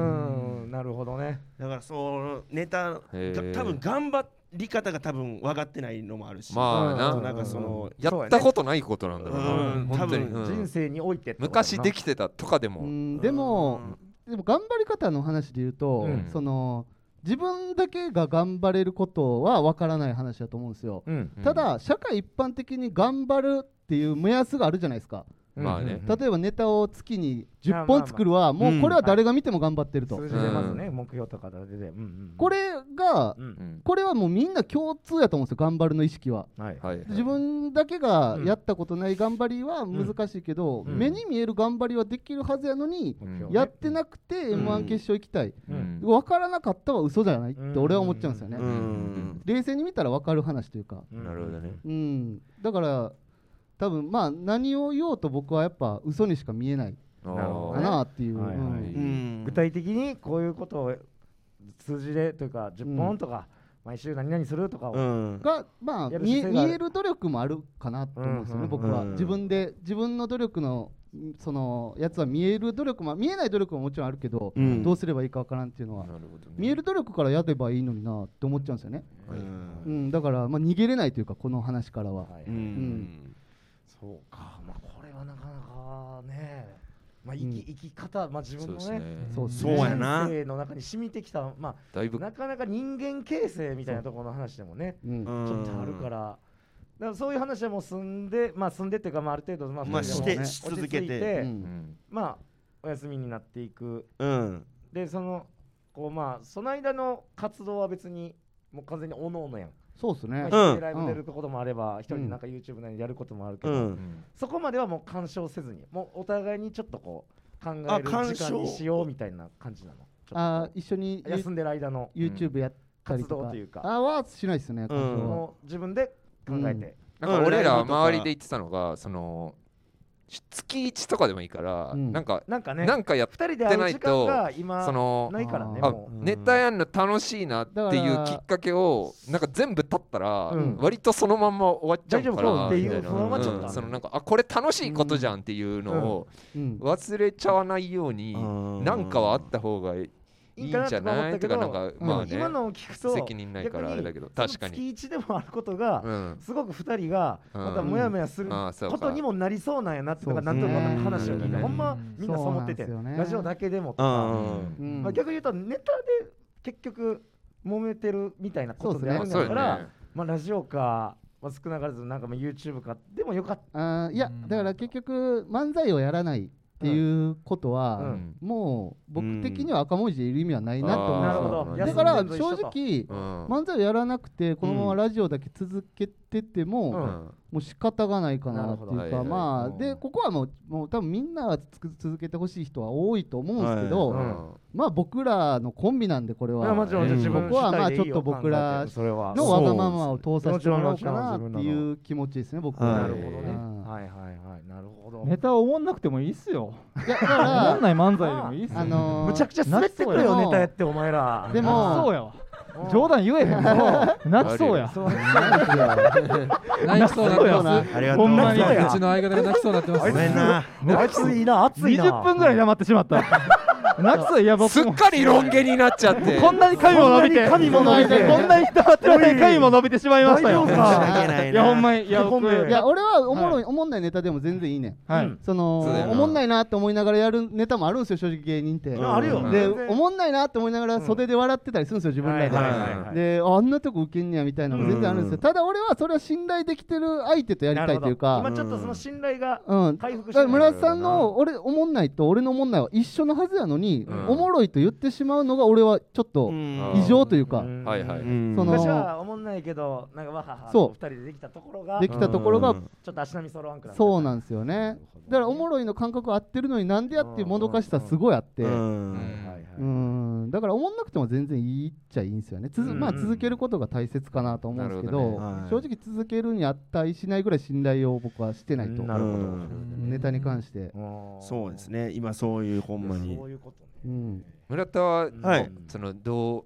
ん、なるほどね
だからそのネタが
へー
多分頑張り方が多分分かってないのもあるし、
まあな
うんなんかその
やったことないことなんだろうな
うん
本当に
多分
うん
人生においてってことだな
昔できてたとかで
う
も
ん、でも、でも頑張り方の話で言うと、
うん
その自分だけが頑張れることは分からない話だと思うんですよ、
うん
うん
ただ社会一般的に頑張るっていう目安があるじゃないですか、
まあね
うん
例えばネタを月に10
まあまあま
本
あ
作るはもうこれは誰が見ても頑張ってると、
数字でまずね、目標とかで、うんうん、
こ、れが
う
うんん
これはもうみんな共通やと思うんですよ頑張るの意識は
はい
はいはい
自分だけがやったことない頑張りは難しいけど、
うん
目に見える頑張りはできるはずやのに、
目標ね
やってなくて
ん
m 1決勝行きたい、
うん
分からなかったは嘘じゃないって俺は思っちゃうんですよね、
うん
うん
冷静に見たら分かる話というか
うん
なるほどね
うんだから多分まあ何を言おうと僕はやっぱ嘘にしか見えない
あー
なるほど
かなっていう、
はいはい
うん
うん
具体的にこういうことを数字でというか10本とか、毎週何々するとかを、
うん
がまあ
やる
見え
姿勢があ
見
る
える努力もあるかなと思うんですよね、
うんうんうん
僕は
うん
自分で自分の努力のんそのやつは見える努力も見えない努力ももちろんあるけど、
うん
どうすればいいかわからんっていうのは、
なるほどね
見える努力からやればいいのになって思っちゃうんですよね、
う
うんん、だからまあ逃げれないというかこの話からは、
はい
うん
そうか、まあ、これはなかなかね、まあ、
ん
生き生き方、まあ、自
そう
分
で
の
す
ね
ね
そうです
そう
ね
やな
人生の中に染みてきた、ま
だい
あ、
ぶ
なかなか人間形成みたいなところの話でもね、
うん
う
うん
ん
ちょっとあるから。だからそういう話はもう済んで、まあ、済んでっていうか、まあ、ある程度、まあ、
まあ
二
し
人で
て
も
し続け
落ち着い
て
うん
まあ、お休みになっていく。
うん
で、その、こう、まあ、その間の活動は別に、もう完全におのおのやん。
そうです
まあ
ね
一、
うん
人でライブ出ることもあれば、一人でなんか YouTube なりやることもあるけ
う
ど、
うんん
そこまではもう干渉せずに、もうお互いにちょっとこう考え
あ
る
干渉
時間にしようみたいな感じなの。ちょ
あ
っとこ
一緒に
う休んでる間の
YouTube やったりと
活動
か
というか
あはしないですね、活動
うん
は
もう自分で考えて。
なんか俺ら周りで言ってたのがそのし月1とかでもいいから
うん
なんか
なんかね、
なんかやっ
二人で会う時間が
そ
今
の
ないからね、
あ
もう。
ネタやんの楽しいなっていうきっかけをなんか全部立ったら
うん
割とそのまんま終わっちゃうか
大丈夫そう
ら
ってい
み
う
たいな
不安はちょっとある
うんそのなんかあこれ楽しいことじゃんっていうのを
うん
忘れちゃわないように
うん
なんかはあった方がいいんじゃない
いいか
とか
な
な
と
ん
か思った
か
けど
まあね
今のを聞くと、
責任ないからあれだけど確か
その
に。
月一でもあることが、
うん
すごく二人が
うん
またもやもやする
ああそうか
ことにもなりそうなんやなっていうのが
そ
な
うん
と
そう
なく話を聞いて
うん
ほんまみんなそう思ってて
そうなんですよね
ラジオだけでもと
う
か
ん
うん
まあ、逆に言うとネタで結局揉めてるみたいなことである
まあ
ん
そ
だ
う
か
だ
ら、
よね
まあ、ラジオか、まあ、少なからずなんかまあ YouTube かでもよかっ
あーいや
うん
だから結局漫才をやらないっていうことは、
うん
もう僕的には赤文字でいる意味はないなと思
あ
う
た
ー
んで
な
す
るほ
よ、
ど
う
だから
休ん
ん
でんの
正
一緒と
直
うん
漫才をやらなくてこのままラジオだけ続けてても、
うん
うん
もう仕方がないかなって
な
いう
るほ
か
ど
ま
は
あ
いはいはい
でここはもうもう多分みんなはつく続けてほしい人は多いと思うんですけど、
はいうん
まあ僕らのコンビなんでこれ
まあ
は、
もちろん
うん
自分
ここはまあ
主体でいいよ
ちょっと僕ら
考えてそれは
のわがままを通させてもらおうかなって
もちろん
いう気持ちですね僕
は
は。
い
なるほどね
うん
はいはいはいなるほど、
ネタおもんなくてもいいっすよ。
いやだ
おも
か
<laughs>
んない漫才でもいいっす
らあ
よ。
のー
むちゃくちゃ滑ってくる
で
よ
も
ネタやってお前ら
で
そう
も
やわ。
うん
冗談言えへんわ。泣きそうや。
そう
あり
泣きそうになってます。
がと
ほ
うん
まに
ご
うや
うちの相方が泣きそうになってます。
めんな
<laughs> 熱いな熱いな
20分ぐらい黙ってしまった。泣きそうやいや
す
僕
っ
も。
かりロン毛になっちゃって
こんなに髪も伸びて、
こんなに髪も
伸びて
こんなに黙ってる間に髪も伸びてしまいましたよ。
大
申
丈夫
し
か
訳ない
いやほん
な
まにいや
ほん
僕
まや
いや
は
俺はおもろいおもんないネタでも全然いいねん。
い。
その
そうだよな
おもんないなって思いながらやるネタもあるんですよ正直芸人って。
う
い
ん
やあるよ
で
全然
おもんないなって思いながら袖で笑ってたりするんですよ自分らで。
はいはいはいはい
でああんなとこ受けんねやみたいなのも全然あるんですよ、
うん
ただ俺はそれは信頼できてる相手とやりたいという
な
か
るほど今ちょっとその信頼が
うんだ
回復し
か
て
ら
な
村
い
田さんの俺おもんないと俺のおもんないは一緒のはずやのに、
うん
おもろいと言ってしまうのが俺はちょっと
ん
異常というか、
うん
はいはい
その
昔は思んないけどなんかわはは
そう
二人でできたところが
で
ち
きたところが、
うん
ょっと足並み揃わんくなった
そうなんですよねだからおもろいの感覚合ってるのになんでやっていうもどかしさすごいあって、
うん
はいはい
うんだから思んなくても全然いいっちゃいいんですよね、つづ
うん
まあ、続けることが大切かなと思うんですけど
なるほど
ね
正直続けるに値しないぐらい信頼を僕はしてないと、
なるほど
うん
ネタに関して、
そうです
ね
ね今そういうほんまに
そういうことね
うん、
村田は、
はい
もうそのどう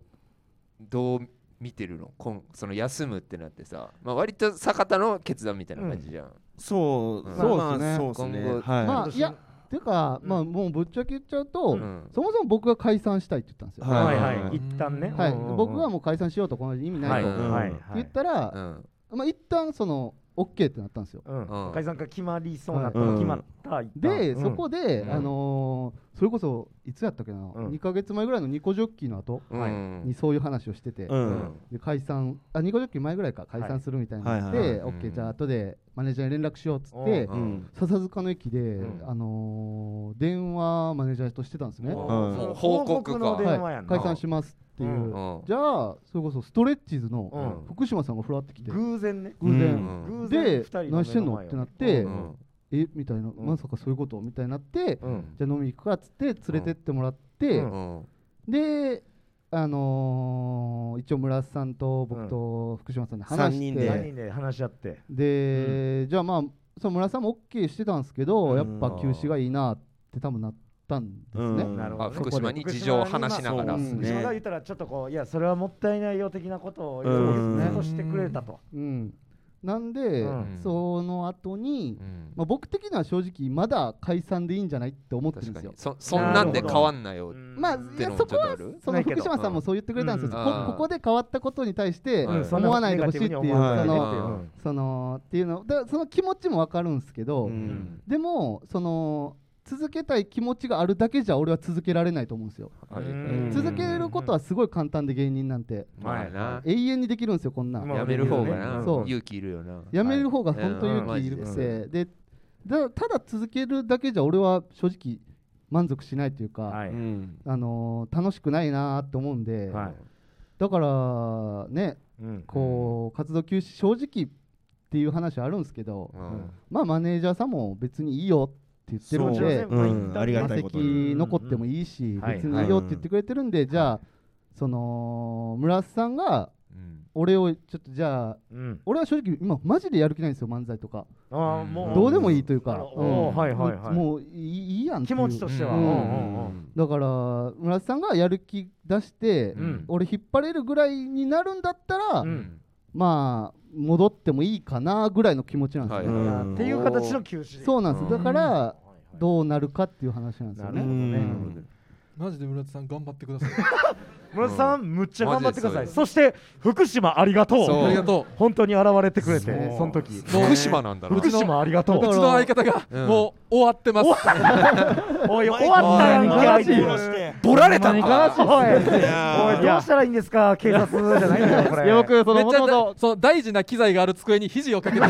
どう見てるのこんその休むってなってさ、まあ、割と坂田の決断みたいな感じじゃん、
そううんそうですね
そ
そう
うっす
ですね
ね今後
はい
まあいやていうか、まあもうぶっちゃけ言っちゃうと、
うん
そもそも僕が解散したいって言ったんですよ、
はい
はいはい、
はい
一旦ね、
はい
うんうんうん
僕はもう解散しようとこの意味
は
ない
い
と、
うんうん
はい
言ったら、
うん
まあ一旦その OK ってなったんですよ
うん
うん
解散が決まりそうなった
うん
決まった一旦
で、
うん
そこで、
うん
あのーそれこそいつやったっけな、
ん
2ヶ月前ぐらいのニコジョッキーの後
うん
にそういう話をしてて、
うん
で解散あニコジョッキー前ぐらいか解散するみたいになって、
はいはい
はい
OK じゃあ後でマネージャーに連絡しようっつって、
うん
うん
笹塚の駅で、
ん
あのー電話マネージャーとしてたんですね、
お
は
うん
もう報告
報告
か
の
い
電話やんな
解散しますっていう、
うん
じゃあそれこそストレッチーズ
う
の
ん
福島さんがふらってきて、
偶然ね
偶然、
うん
偶然
で
二人の目の前を
何してんのってなって、
うん
えみたいな、
ん
まさかそういうことみたいになって、
うん
じゃあ飲みに行くかっつって連れてってもらって、
う
うん
であのー一応村瀬さんと僕と福島さんで話
三
して、
人で
何人で話し合って
で、じゃあまあその村瀬さんも OK してたんですけど、
うん
やっぱ休止がいいなって多分なったんですね、
うん
なるほど
あ
ね
福島に事情を話しながら
そう
ですね
福島が言ったらちょっとこういやそれはもったいないよ的なことを
うん
ずっとしてくれたと
うんなんで、
うん
その後に、
うん
まあ、僕的には正直まだ解散でいいんじゃないって思ってるん
確
で
か
す
に
よ
そそんなんで変わんなよ
うん
まあ
うん
ってのもちょ
そこ
っ
は
とある
そ
な
の
いけど
福島さんもそう言ってくれたんですよ、
うん
こここで変わったことに対して、
うん
そん
思わないでほしいっていう、
ネガティブに思わないでっていう
はい
うん
そのっていうのだその気持ちもわかるんですけど、
う
うん
ん
でもその続けたい気持ちがあるだけじゃ俺は続けられないと思うんですよ、
はい
うん
続けることはすごい簡単で芸人なんて
まあな
永遠にできるんですよこんなん、
まあ
やめる方が
うん
な
そう
勇気いるよな
やめる方が本当
は
勇
い
気いる
うんマ
く
ジで
せでだただ続けるだけじゃ俺は正直満足しないというか、
は
う
い
ん
あのー楽しくないなーって思うんで、
はい
だからね
うん
こう活動休止正直っていう話はあるんですけど、
うん
まあマネージャーさんも別にいいよって言ってるん
そう
で
ね
うんありが
馬
たいことに
席残ってもいいし、
んはい
別にいいよって言ってくれてるんで、じゃあその村瀬さんが
うん
俺をちょっとじゃあ
うん
俺は正直今マジでやる気ないんですよ漫才とか、
あーも
ん
う
どうでもいいという
なる
か
ほ、
う
どおー
ん
はいはいはい
もういいいいやんって
気
いう
持ちとしては
うん
うんうん
だから村瀬さんがやる気出して、
うん
俺引っ張れるぐらいになるんだったら、
うん
まあ戻ってもいいかなぐらいの気持ちなんですよね、
は
うん
うん
っていう形の休止
そうなんです、
うん
だから
はいはい
どうなるかっていう話なんですよ
なるほど
う
ね。
ね
ん
マジで村田さん頑張ってください。
村田さん、むっちゃ頑張ってくださ
マジ
い。
で
そして、福島ありがとう。
そう
ありがと
本当に現れてくれて、
そ
そうの時。
福島なんだな
福島ありがと
う。うち
う。
の相方が
うん
もう終わってます。
おい、終わったやんけ、あいつおい、
殺して
ボられたの
悲しい
おいどうしたらいいんですか、警察じゃないんだよ、こ
いや
れ。
僕そ
め
の
っ
も
ち
ともと
ゃその大事な機材がある机に肘をかけて。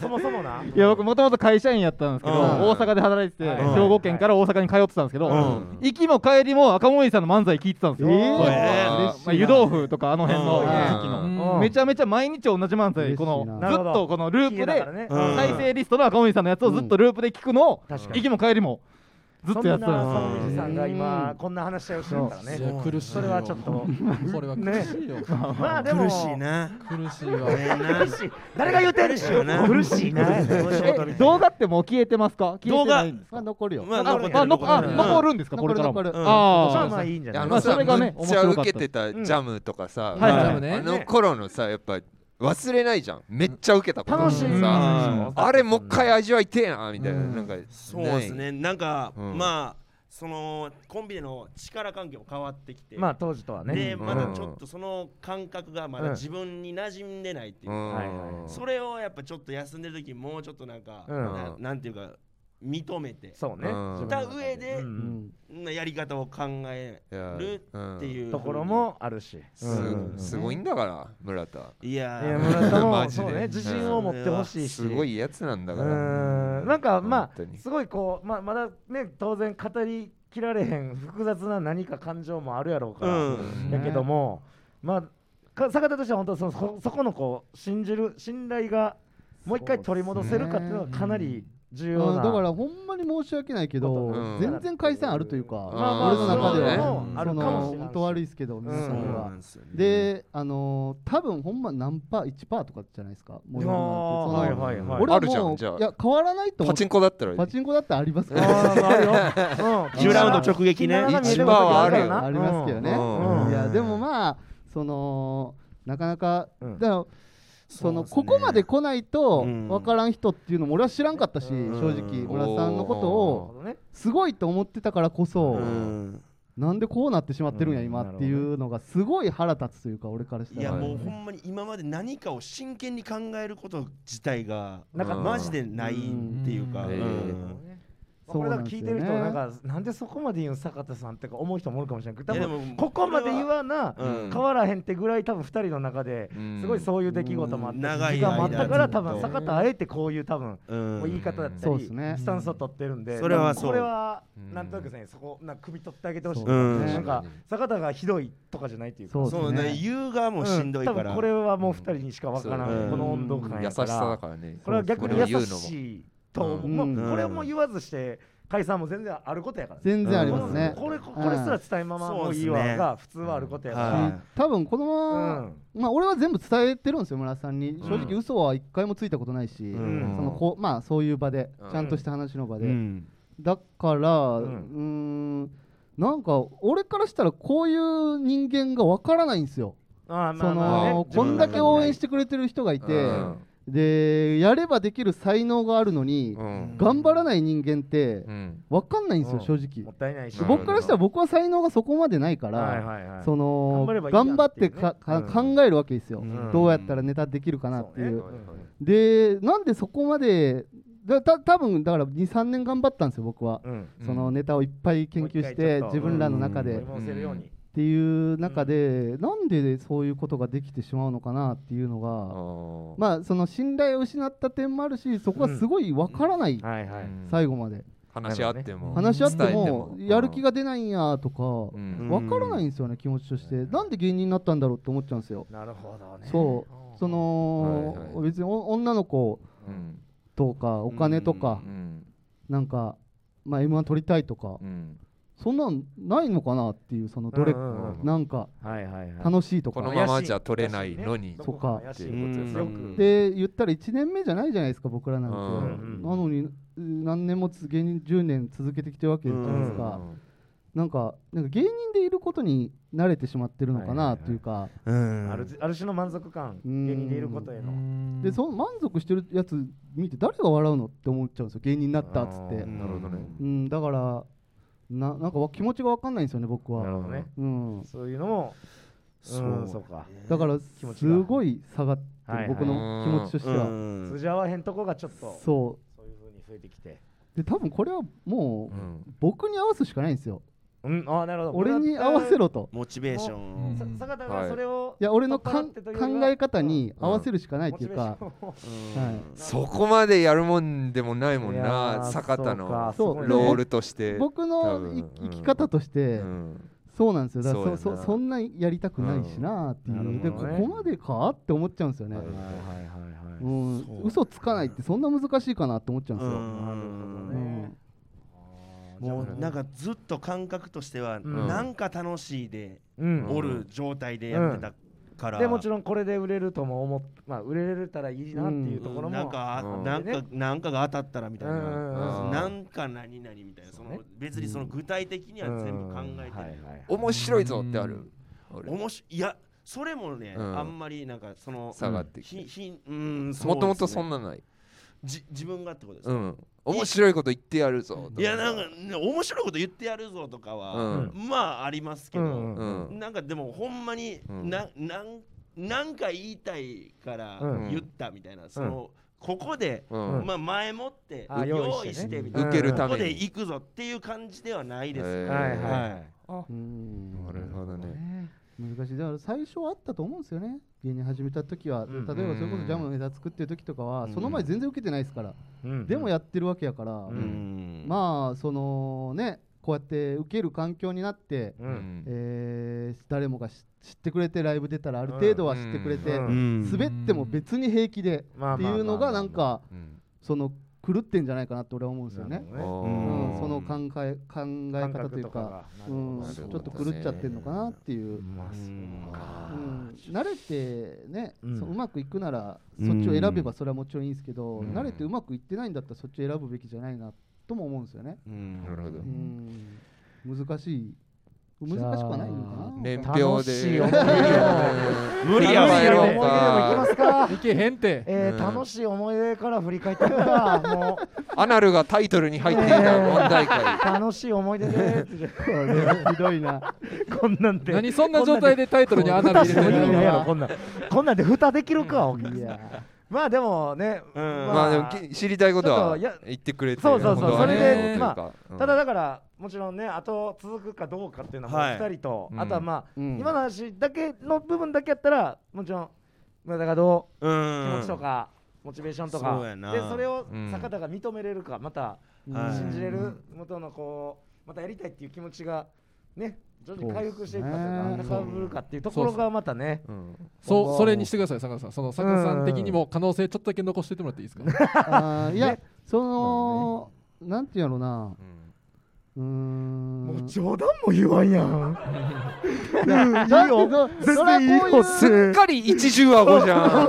そもそもな。
いや僕もともと会社員やったんですけど
うん
大阪で働いてて
はい
兵庫県から大阪に通ってたんですけど
うん
行きも帰りも赤森さんの漫才聞いてたんですよ
えー
はい
え
まあ湯豆腐とかあの辺の
うん
時期の
うん
めちゃめちゃ毎日同じ漫
嬉しい
才
な
この
なる
ずっ
ほど
とこのループ
だから
で
ね。
うん
再生リストの赤森さんのやつをずっとループで聞くのを
確か
行
に。
きも帰りもずっ
そ
と
ん
や
な
ってたんです
そ
よ
のおじさんが
う
今
ん、
こんな話し合いをしてるから
い
ね。
や苦しいよ。
それはちょっと。
これは苦しいよ。
まあでも、
苦しいな
苦しいわ。
ええな
苦しい誰が言うてん
苦しいよな
苦しいな。
え動画ってもう消えてますか消えてないんです
まあ
か
残るよ。
まあ
あ
残って
あ
る
残あ
残ってる
残るんですか
残る
これからも
残る
うん
あ
まあまあ
あ
いいんじゃない
あ
ま
の
あ
さ、
それがね
むっちゃ受
面白かっ
け
た
てたジャムとかさ、
はい
ジャム
あ
ね。
の頃のさ、やっぱ忘れないじゃん。めっちゃ受けたこと
楽しい
さ
でしょ
あれもう一回味わいてえなみたいな、
うん
なんか
そうですねなんか、
うん
まあそのコンビでの力関係も変わってきて、
まあ当時とはね
で
うん
まだちょっとその感覚がま
う
だ
ん
自分に馴染んでないっていうう、
ん
はいは
それをやっぱちょっと休んでる時もうちょっとなんか、
うん
ななんていうか認めて
そうね
うん
自分の
た
中
上で、
う
うんん
なやり方を考え
いや
る
うん
っていう、
ところもあるし
す
うん
すごいんだから村田
いや
い
ー
や村田
マ <laughs>
も
ジで
そうね自信を持ってほしいし
すごいやつなんだ
う
から
ーんなんかま
本
あ
当に
すごいこうまあまだね当然語りきられへん複雑な何か感情もあるやろうか
う
ら、
ん
やけども、まあか坂田としては本当そのそそこのこう信じる信頼がもう一回取り戻せるかっていうのはかなり重要
うん
な、
だからほんまに申し訳ないけど、
うん
全然解散あるというか、
まあまあ
俺の中では、
そうね
あるかもしれんし
本当悪いですけど、皆さんに
そう
は
なんですよね
で、あのー多分ほんま何パー、1パーとかじゃないですか。もう今の
あー
って
はいはいはい
俺は
あるじゃ
も
んじゃあ
ういや変わらないと思
パ
っ
チ
て
ンコだったら
パチンコだったらありますけど、
あーあるよ、うん、
10ラウンド直撃ね
17が見えて
1%
くる時
はある
か
よ
らな
ありますけどね。
うん
うん
いやでもまあそのなかなか、
うん
だからそのここまで来ないと
うん
分からん人っていうのも俺は知らんかったし、
うん
正直村田さんのこと
なる
を
ほどね
すごいと思ってたからこそ、
うん
なんでこうなってしまってるんや
うん
今っていうのがすごい腹立つというか俺からし
い
た
や
ら
もうほんまに今まで何かを真剣に考えること自体が
なかった
マジでないっていうか、
う
うん
んえ
これだから聞いてる人はなん
そう
かなんでそこまで言うん坂田さんってか思う人もおるかもしれないけど
い
多
やで
分
も
ここまで言わな
うん
変わらへんってぐらい多分2人の中で
うん
すごいそういう出来事もあっ
うん
た
長い
し
間
時間もあったから多
ず
分
っと
坂田あえてこういう多分
うん
もう言い方だった
そう
り
ですね
スタンスを取ってるんで
それはそう
これは
うん
なんとなくですねそこなんか汲み取ってあげてほしい
そう
なんんか坂田がひどいとかじゃないっていうか
そう
そう
で
ね
すね
言う側もしんどいか
う多
ら、
分これはもう2人にしかわから
うんん
この温度感
優
や
し
か
さ
ら
だからね
これは逆に優しいと思う、
うん
もうこれ
うん
も言わずして解散も全然あることやから、
全然ありますね
これここれすら伝えままもういいわが普通はあることや
うんは
か
い
多分この
ら、
まま、
うん
まあ俺は全部伝えてるんですよ村田さんに正直
うん
嘘は一回もついたことないし、
ん
そのこうまあそういう場で、
うん
ちゃんとした話の場で、
うん
だから、
う
うんーん、なんか俺からしたらこういう人間がわからないんですよ。
ああ
そ
まあまあね
の
自
こ
分
んだ
の中に
け応援してくれてる人がいて、でやればできる才能があるのに、頑張らない人間ってわかんないんですよ、
う
正
ん
直
もっ。たいないし
なるほど
僕からしたら僕は才能がそこまでないから、
はいはいはい
その
頑張ればいいや
頑張って
っていうね
かか
うん
考えるわけですよ、
うん
どうやったらネタできるかなっていう。
そね
でなんでそこまでだた多分だから23年頑張ったんですよ僕は、
うんうん
そのネタをいっぱい研究して
もう一回ちょっと
自分らの中
う
で
ん
っ
取り戻せるように、
ていう中でなんでそういうことができてしまうのかなっていうのがまあその信頼を失った点もあるしそこはすごいわからない
はいはい、
最後まで
話し合っても
話し合ってもやる気が出ないんやとか
うん
わからないんですよね気持ちとしてなんで芸人になったんだろうって思っちゃうんですよ
なるほどね
そ
ん
うその
はいはい
別にお女の子とかお金とかなんか、まあ、m 1取りたいとか、そんなんないのかなっていうそのどれ、
うんうんうん
なんか
はいはいはい
楽しいと
こ
か、
のままじゃ取れないのに
どこか怪しいことですね
う
よ
ん
く
で言ったら1年目じゃないじゃないですか僕らなんて、
うん
なのにうん何年もつ芸人10年続けてきてるわけじゃないですか、なんかなんか芸人でいることに慣れてしまってるのかなというか、
うん
あるある種の満足感
う
芸
ん
人でいることへの
でその満足してるやつ見て誰が笑うのって思っちゃうんですよ芸人になったっつって
あー
なるほどね
うんだからななんかわ気持ちが分かんないんですよね僕
なる
は、
ほどね
うん、
そういうのも
そ
うん
う
そうか
だから
気持ち
す
が
ごい下がって
はいはい
る僕の気持ちとして
う
は
ん
通じ合わへんとこがちょっと
そ
そういう風に増えてきて。
うで多分これはもう僕に合わすしかないんですよ
うん、あーなるほど。
俺に合わせ
ろ。
ろと
モチベーション
さ坂田がそれを、
いや俺のかん
取
考
っ払ってというよりは
え方に合わせるしかないっていうか
モチベーションを
はい
そこまでやるもんでもないもん
いや
な
ー
坂田
そうか
の
そう
すごいね
ロールとして
僕
多
の
分
い
うん
生き方としてそうなんですよだから
そう
そ
やな
そそんなやりたくないしなっていううんで
な
こ
るほどね
こまでかって思っちゃうんですよね
はい
はいはいはいはい。
うん嘘つかないってそんな難しいかなって思っちゃうんですよ
うん
うん
もうなん
か、
かずっと感覚としては、
ん
なんか楽しいで、
うん
おる状態でやってたから、
でもちろんこれで売れるとも思っ、まあ売れれたらいいなっていうところも。
なんか、
うん
なんか、なんかが当たったらみたいな、
うん
なんか何々みたいな、その、
そうね
別にその具体的には全部考えて
うんは
る
いはい
面白いぞってある俺
おもしいやそれもね、
うん
あんまりなんかその
下がってきて
ひひうん
もともとそん
な
なない
じ自分がってことです
う
か、
ん面白いこと言ってやるぞ
いやなんか、ね、面白いこと言ってやるぞとかは、
うん
まあありますけど、
うん
うん
なんかでもほんまに、
うん
ななんなんか言いたいから
うん
言ったみたいな、そのここで、
うん
まあ、前もって
あ用
用
意
意
し
してて
ね
みたいな、
受けるた
ここ
め
で
に
行くぞっていう感じではないです、
えー
はいはい
は
うん
なるほどね
難しいだから最初はあったと思うんですよね芸人始めた時は、
うん
例えばそれこそジャムのネタ作ってる時とかは、その前全然受けてないですから、
うん
でもやってるわけやから、
ん
うん
まあそのねこうやって受ける環境になって、
う
うんん
えー誰もが知知ってくれてライブ出たらある程度は知ってくれて、
うん
うん
滑っても別に平気で
まあ
っていうのがなんか
うん
その狂ってんじゃないかなって俺は思うんですよ
なる
ね
ほ。
あ
う
どね
ん
ー
その考え考え
感
方
覚
というか、
がなる
う
ほど
ん、
なる
ち
ほ
ょ
ど
っと狂っちゃってんのかなっていう。
まあそううか
うん、慣れてね、
うん
そううまくいくなら
うん
そっちを選べばそれはもちろんいいんですけど、
うん
慣れてうまくいってないんだったらそっちを選ぶべきじゃないなとも思うんですよね。
うん
なるほど
うん、難しい難しくはないのかな。
年
楽
表
し
で
い思い出を
無理や
頑
わ
無
張
理や
ろ
思
う
い出でもいきますか
いけへんて
え
う
ー
ん
楽しい思い出から振り返ってみたもう
アナルがタイトルに入っていた問題会
楽しい思い出で
ひどいな。
こんなんで
何そんな状態でタイトルに穴
蓋
入
し
れ
て
て
も意
る
味
の
ないやろこんなんこんなんで蓋できるかお客さん
いや
まあでもね
うん
まあでもき知りたいこと
ちょっ
は
といや
言ってくれて
そうそうそう
本当はね
それで
というかうん
ただだからもちろんねあと続くかどうかっていうのは
は
も
いう
2人と
うん
あとはまあ
うん
今の話だけの部分だけやったらもちろんまあだからどう気
うん
持ちとかモチベーションとか
そうやな
でそれを
うん
坂田が認めれるかまた
はい
信じれる元のこうまたやりたいっていう気持ちがね徐々に回復していくかと
そう
い
で
う
す
か
ね
揺るかっていうところがまたね
うん
そうそれにしてください坂田さんその坂田さん的にも可能性ちょっとだけ残しておいてもらっていいですか
あーいやそのなんていうやろうな。うーん。
もう冗談も言わんやん
だってそそりゃこういう
すっかり一重顎じゃん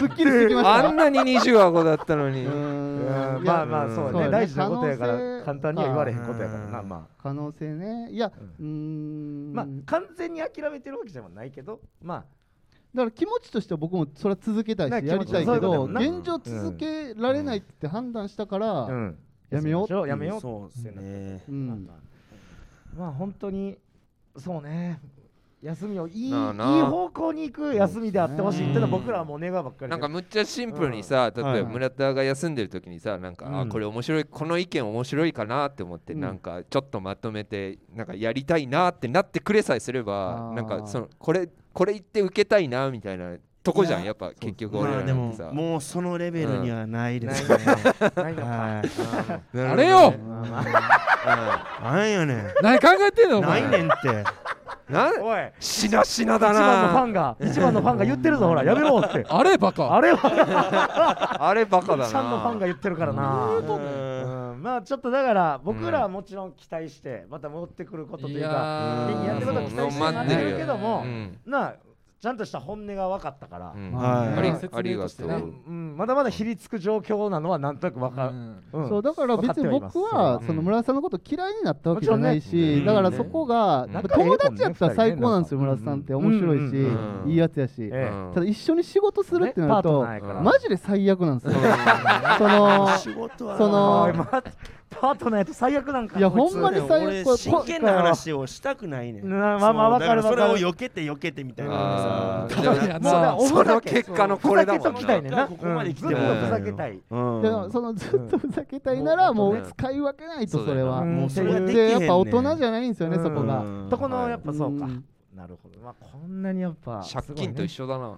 すっきりしてきました
あ。んなに二重顎だったのに
うーんい
まあ
や
まあそう
そう
ね
ね
大事なことやか
可能
ら
性
簡単には言われへんことやからな
うん
まあ
可能性ねいやうーん
まあ完全に諦めてるわけでもないけどま
だから気持ちとしては僕もそれは続けたい
ね
しやりたいけ
気持ちそういう
ど
ことだよ
な
現状続けられないって判断したか
あう
ら
ん
やめようってい
やめよう
そうですね
うん
まあ本当にそうね休みをいいいい
なあなあ
方向に行く休みであってほしいっていうのは僕らはもう願うばっかり
な
で
んかむっちゃシンプルにさ、
ん
例え
は
ば
い
村田が休んでる時にさなんか、あ
うん
これ面白いこの意見面白いかなって思って、
うん
なんかちょっとまとめてなんかやりたいなってなってくれさえすれば
あー
なんかそのこれこれ言って受けたいなみたいなとこじゃんやっぱ結局俺
まあ
ら
で
なん
も
てさ、
もうそのレベルにはないですね
ないのか
はい
な
あれ
るほど
よ
ね
なんやねん
何考えてんのお
な
前
いねんって
な
おい
しなしな
一
だ
番のファ
な
ンが一番のファンが言ってるぞほらやめろって
あれバカ
あれは
あれバ
一番
カ
の
だ
ファンが
な
言ってるからなうんまあちょっとだから僕らはもちろん期待してまた戻ってくることというか
や
人間
ー
やってることは期待して
もう
待
待
っ
っててる
る
よ
けども
うん
なあちゃんとした本音が分かったから
うん
はい
あり
まあ
ありがと
説
う、
明としてね
うんまだまだひりつく状況なのはなんとなく分かる
うん
うん
そうだから別に
分かって
僕
はいます
は
うん
その村田さんのこと嫌いになったわけじゃない
もちろんね
しだからそこが
うん
やっぱ友達やったら最高なんですよ
仲いい
村
もんね
田さんって面白いし
うんうん
いいやつやし
ええ
うん
ただ一緒に仕事するってなる
ねパート
と
ナーやから
マジで最悪なんですよその
仕 <laughs> 事は
そ
あ
の
ーまパートナーやと最悪なんか
いや
こいつ
ほんまに
でも
最悪
俺
これ
真剣な話をしたくないねん
なまあまあ
そう
わかる
だらそれ
わ
を
かる
避けて避けてみたいな
あー
さ
じゃあ
いや
そうだ
な
お
そ
ふざ
の
け
結果のこれだ
ふざ
も
けとき
ん
た
ない
ねんな
ここまで来て
ずっ
も
とふざ
うん
けた
う
い
ん
でそのずっとふざけたいならもう使い分けないとそれは
うん
もうそれはできへん
でや
ねん
っぱ大人じゃないんですよね、
うん
そこが。
とこのやっぱそうか
うん
なるほどまあこんなにやっぱ
借金と一緒だな、
あ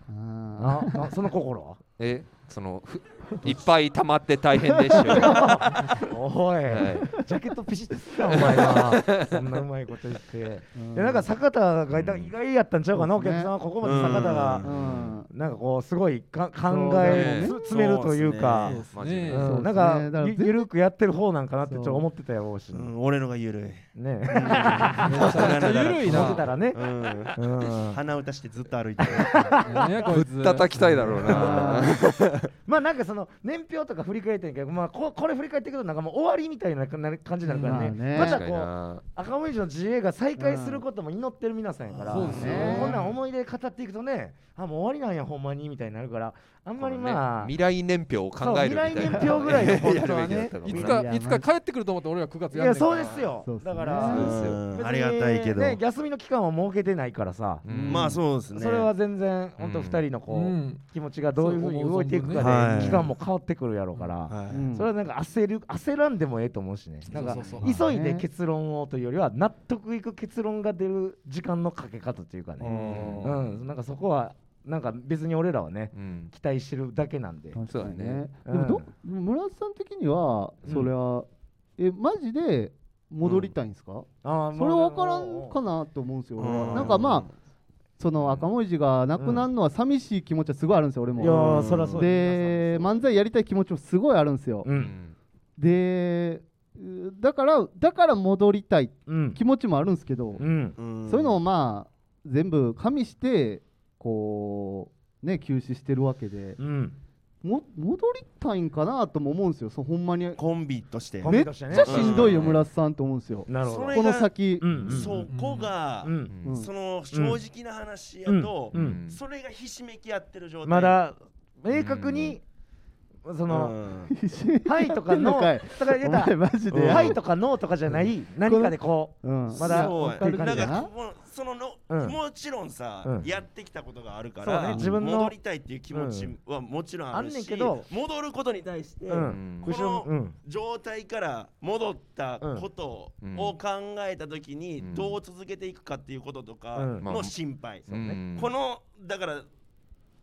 ああその心は
えそのふいっぱい溜まって大変でしょ、
<laughs>
<laughs> は
おいジ
い
ャケットピシッとするなお前はそんなうまいこと言って
ー
でなんか、坂田がいた
うん
意外やったんちゃうかな
そ
お
うです
客
ね
さんはここまで坂田
う
が
ん、
なんかこうすごいか考
そう
え
ね
つ詰めるというか
そうですね
うん
そうですね
な
だ
ん
か
からゆゆるくやってる方なんかなってちょっと思ってたやろうし
う
ね
ん俺のがゆるい
ね
めちゃくちゃ緩い
思って
な
たらね
うん
うん
鼻歌してずっと歩いてる
何やこいつ
叩きたいだろうな。
まあなんかその年表とか振り返ってんけど、まあ、ここれ振り返っていくとなんかもう終わりみたいなな感じになるからね,、
まあね
また
確かに
こう
な。
赤文字の自衛が再開することも祈ってる皆さんやから、
そうです
ね
こんなん思い出語っていくとねあもう終わりなんやほんまにみたいになるからあんまりまあ、
未来年表を考
そう
えるみ
未来
たいな。
年表ぐらいの本当は
<laughs> や
ね
るべきだったかも
い
ね
つ
い
か
や
いつか帰ってくると思って俺ら9月
い
やんねん
や
から
そうですよ
そうっすね
だか
そうで
ら
すよ
うん
別に
ありがたいけど
ね、休みの期間は設けてないからさ、
うん
まあそうですね
それは全然本当
うん
二人のこう、
うん
気持ちがどういうふうに動いていく
そう
思う存
か
分
で
ね
期間も変わってくるやろうから、
はい
うん
それはなんか焦る焦らんでもええと思うしねなんか
そうそうそう
急い
まあ
で
ね
結論をというよりは納得いく結論が出る時間のかけ方というかねう、
うん
なんかそこはなんか別に俺らはね
うん
期待してるだけなんで
確かにね。で
そうだね
もど、村田さん的には、それは、え、マジで、戻りたいんですか、
あー
それ
もう
分からんかなと思うんですよ、俺
う
は
ん
なんかまあその赤文字がなくなるのは寂しい気持ちはすごいあるんですよ俺
いや
も、
ーそりゃそう
で
皆さん
漫才やりたい気持ちもすごいあるんですよ、
う
うんん
でうだからだから戻りたい
うん
気持ちもあるんですけど、
うん
うん
そういうのをまあ全部加味してこうね休止してるわけで
うん
も戻りたいんかなとも思うんですよそうほんまに
コンビとして
コン
め
ビ
っ
としてね
ちゃしんどいよ
うん
村瀬さんと思うんですよ
なるほ
そ
ど
れ
この先 <laughs>
うんうん
そこが
う、ん
うん
うん
その正直な話やと、
うん
うん
それがひしめき合ってる状態
まだ明確にそのは
はい
とか
<laughs>
の
かい
だから言
お
うた
前マジでや
は
る
いとかノーとかじゃない何かでこ
うん
まだ
そう
っていう
な
感
ん
じ
か
な
だ
ここそのの、
うん
もちろんさ、
うん
やってきたことがあるか
そう
ら、
ね自分の
戻りたいっていう気持ちはもちろんあるし、
あんねんけど
戻ることに対して、
うう
うんん
この
うん
状態から戻ったこと
うん
を考えた時に、
うん
どう続けていくかっていうこととか
うん
の心配、
そうね
うん
このだから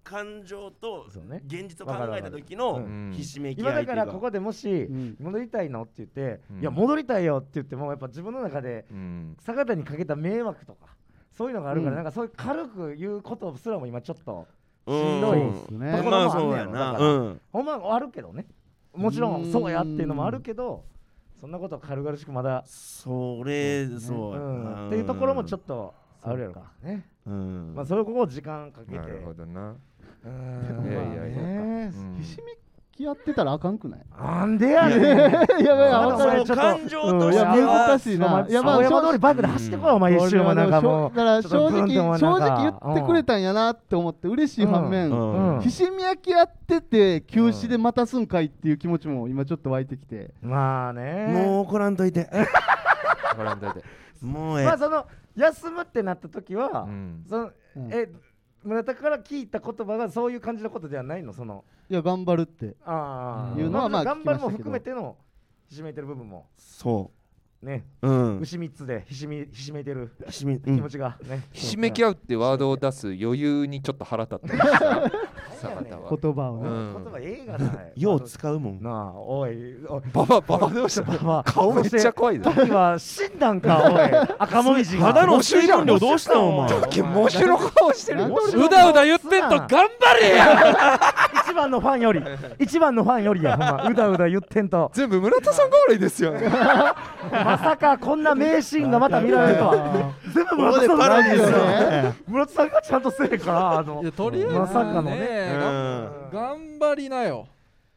感情と
そうね
現実を考えた時
わか
の
るわか
る
ひしめき
今
合いって
だか
いうから
ここでもし
うん
戻りたいのって言って
うん
いや戻りたいよって言ってもやっぱ自分の中で
うん
坂田にかけた迷惑とかそういうのがあるか
うん
らなんかそういう軽く言うことすらも今ちょっと
うん
しんどい
そうですね
ところ
まあ
もあん
そう
ねや
や
ろだ
な、
から
うん、
ほんまはあるけどねもちろんそうやっていうのもあるけどそんなこと軽々しくまだ
それそう
う
やな、
んっていうところもちょ
っ
っとあるやろかね
と、うん
まあそれここを時間かけて
なるほどな。
うん
いやいやいや
ね
うん
ひしめきやってたらあかんくない
なんでやねん
<laughs> やばいや
そ
あ
ばい
前
の
ちょっと
感情と
い
して
や難
は、
しいな
お前
いやまあ
青山
正
通りバイクで走ってこいお前一周もなんかも
だ
う
から
ちょ
正
っとグンっ
直
てお前
正
なんか
直言ってくれたんやなって思って嬉しい反面、
うん
ひしみ焼きやってて休止でまたすんかいっていう気持ちも今ちょっと湧いてきて、
まあね
もう怒らんといて
ご覧いただいて
もうええ
まあその休むってなった時は
う、ん
その
うんい
え村田から聞いた言葉がそういう感じのことではないのその
や頑張るって
ああ
いうのはまあ
頑張るも
聞きましたけど
含めてのひしめいてる部分も
そ
ね、
ううん
牛三つでひしみひしめいてる
ひしみ、う
気
ん
持ちがね、
ひしめき合うってワードを出す余裕にちょっと腹立ったりした坂田は。
言葉をね、
うん
言葉映画だよ
よう使うもん
なあおいおい
ババババどうした
まあ
顔めっちゃ怖いぞ。
時は死んだんかおい赤もみじが
肌の水分量どうしたんお前
け喪主の顔してる
なんで
よ。
俺
うだうだ言ってんと頑張れや
一番のファンより一番のファンよりやほんまうだうだ言ってんと
全部村田さんが悪いですよ。
まさかこんな名シーンがまた見られるとは <laughs> 全部
ここ
村田
で
さん
パ
が
ラディス
よ
だ
村田さんがちゃんとせえからあの
いやとりあえず、ね、
まさかのね
うん
頑張りなよ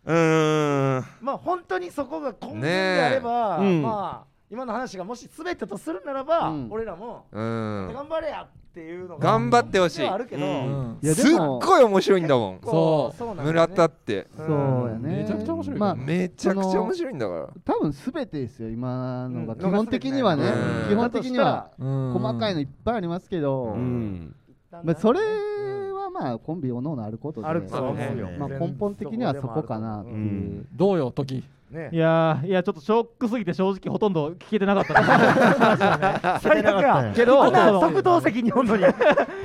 うーん
まあ本当にそこが根源
ね
で
え
あれば、
うん
まあ今の話がもし全てとするならば、
うん
俺らも
うん。
頑張れやっていうのが
頑張ってほし
ではある
い。
けど、
うん
いや
すっ
でも
ごい面白いんだもん。
そう
そうなんだよね
村田って
そうやね
めちゃくちゃ面白いか
ま
ら
あ
ね
めちゃくちゃ面白いんだから。
多分全てですよ今のが、
うん
基本的にはね、
うん
基本的には細
細
かいのいっぱいありますけど、
うん
まあ、それはまあコンビおのおのあることで
あると思うよ、
まあ、根本的にはそこかなっていう、
う
どうよ時
ね
いやーいやちょっとショックすぎて正直ほとんど聞けてなかった
最悪や
けど
あんな
その
即答席に本当に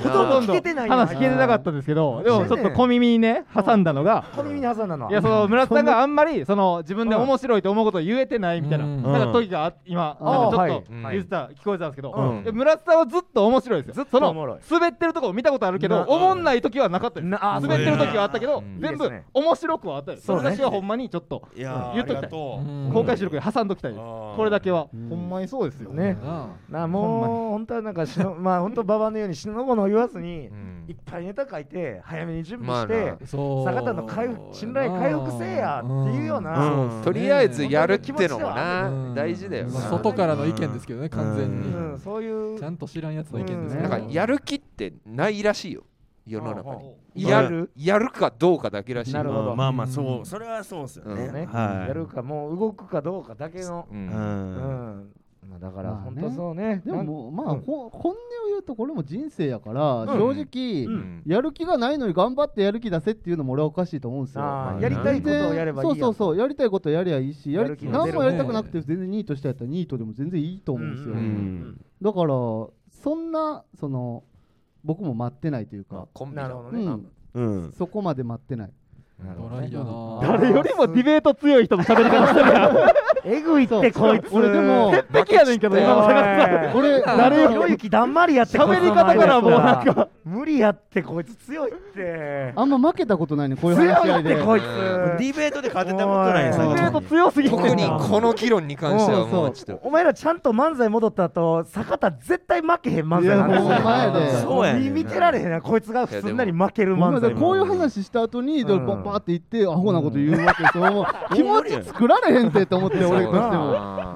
ほとんど聞けてないの
話聞けてなかったんですけどでもちょっと小耳にね挟んだのが
小耳に挟んだのはい
やその村田さんがあんまりその自分で面白いと思うことを言えてないみたいな
うん
なんか時があ今
うん
なんかちょっと
あーはい
言ってた聞こえてたんで
う
すけど
ん
いや村田さんはずっと面白いです
ず
よ
っ
そ
とおも
の
ろい
滑ってるとこを見たことあるけど
な
おもんない時はなかったです
なあ
滑ってる時はあったけ
ど
ど
うん
全
いいです
部
ね
面白くはあったです
そ
そう
ね
れだけはほんまにちょっと
いやーあり
言っときたい
がとう
公開収録で挟んどきたいです
あー
これだけは
うん
ほんまにそうですよ
ね
な
なあもう本当はなんかしの <laughs> まあ本当ババのようにしのごの言わずに
うん
いっぱいネタ書いて早めに準
ま
備
あ
し
な
て、
あそう
坂田の回復信頼回復せえやっていうような
うん
とりあえずやるってのも
う
なん大事だよ
まあ
な。
外からの意見ですけどね完全
う
に
ん、そういう
ちゃんと知らんやつの意見です
う
けど
なんかやる気ってないらしいよ世の中に。
うんや
や
る
るやるかどうかだけらしい。
なるほど
うんまあまあそうそれはそうですよね,、
うん
ね
はい
やるかもう動くかどうかだけの、
う
う
ん
うん
ん
まあ、だから
まあね
本当そうね,
で
なん、
ももうまあ、
うん
ほ本音を言うとこれも人生やから、
ん
正直、
うん
やる気がないのに頑張ってやる気出せっていうのも俺はおかしいと思うんですよ。
あ
まあ
あやりたいことをやればいい
全然そ
や
うそうそうやりたいことやりゃいいしやり
やる気が
何
出る
もやりたくなくて全然ニートしたやったらニートでも全然いいと
と
思うんですよ、
うんうん
だからそんなその僕も待ってないという
まあ
か、
コンビ
な
だ
るほど
う
ね、
ん、
うん
そこまで待ってない
なる
ド
ほど
ライ
ね
やな
うん
ぁ
誰よりもディベート強い人の喋り方してるやん。
<laughs> えぐいってこいつ
俺でも
鉄
敵やねんけど、今も探す
おい <laughs>
俺
誰よりもひろゆきだんまりやってこいつ
喋り方からもうなん
か無理やってこいつ強いって
あんま負けたことないねこういう
強
話し合
い
い
っ
で
てこいつ
ディベートで勝てたことない
おい
坂
ディベ
田
ート強すぎてんな。
特にこの議論に関してはもうちょっと
お前らちゃんと漫才戻った後坂田絶対負けへん漫才なん
いやほんまや
で
です
よ
そうやねんな
見てられへんなこいつが普通なり負ける
ごめんな
漫
さ
才
いこういう
も
話した後に
う
で
ん
パンパンって言ってアホなこと言うわけでしょもう気持ち作られへんってと思って俺としても
あ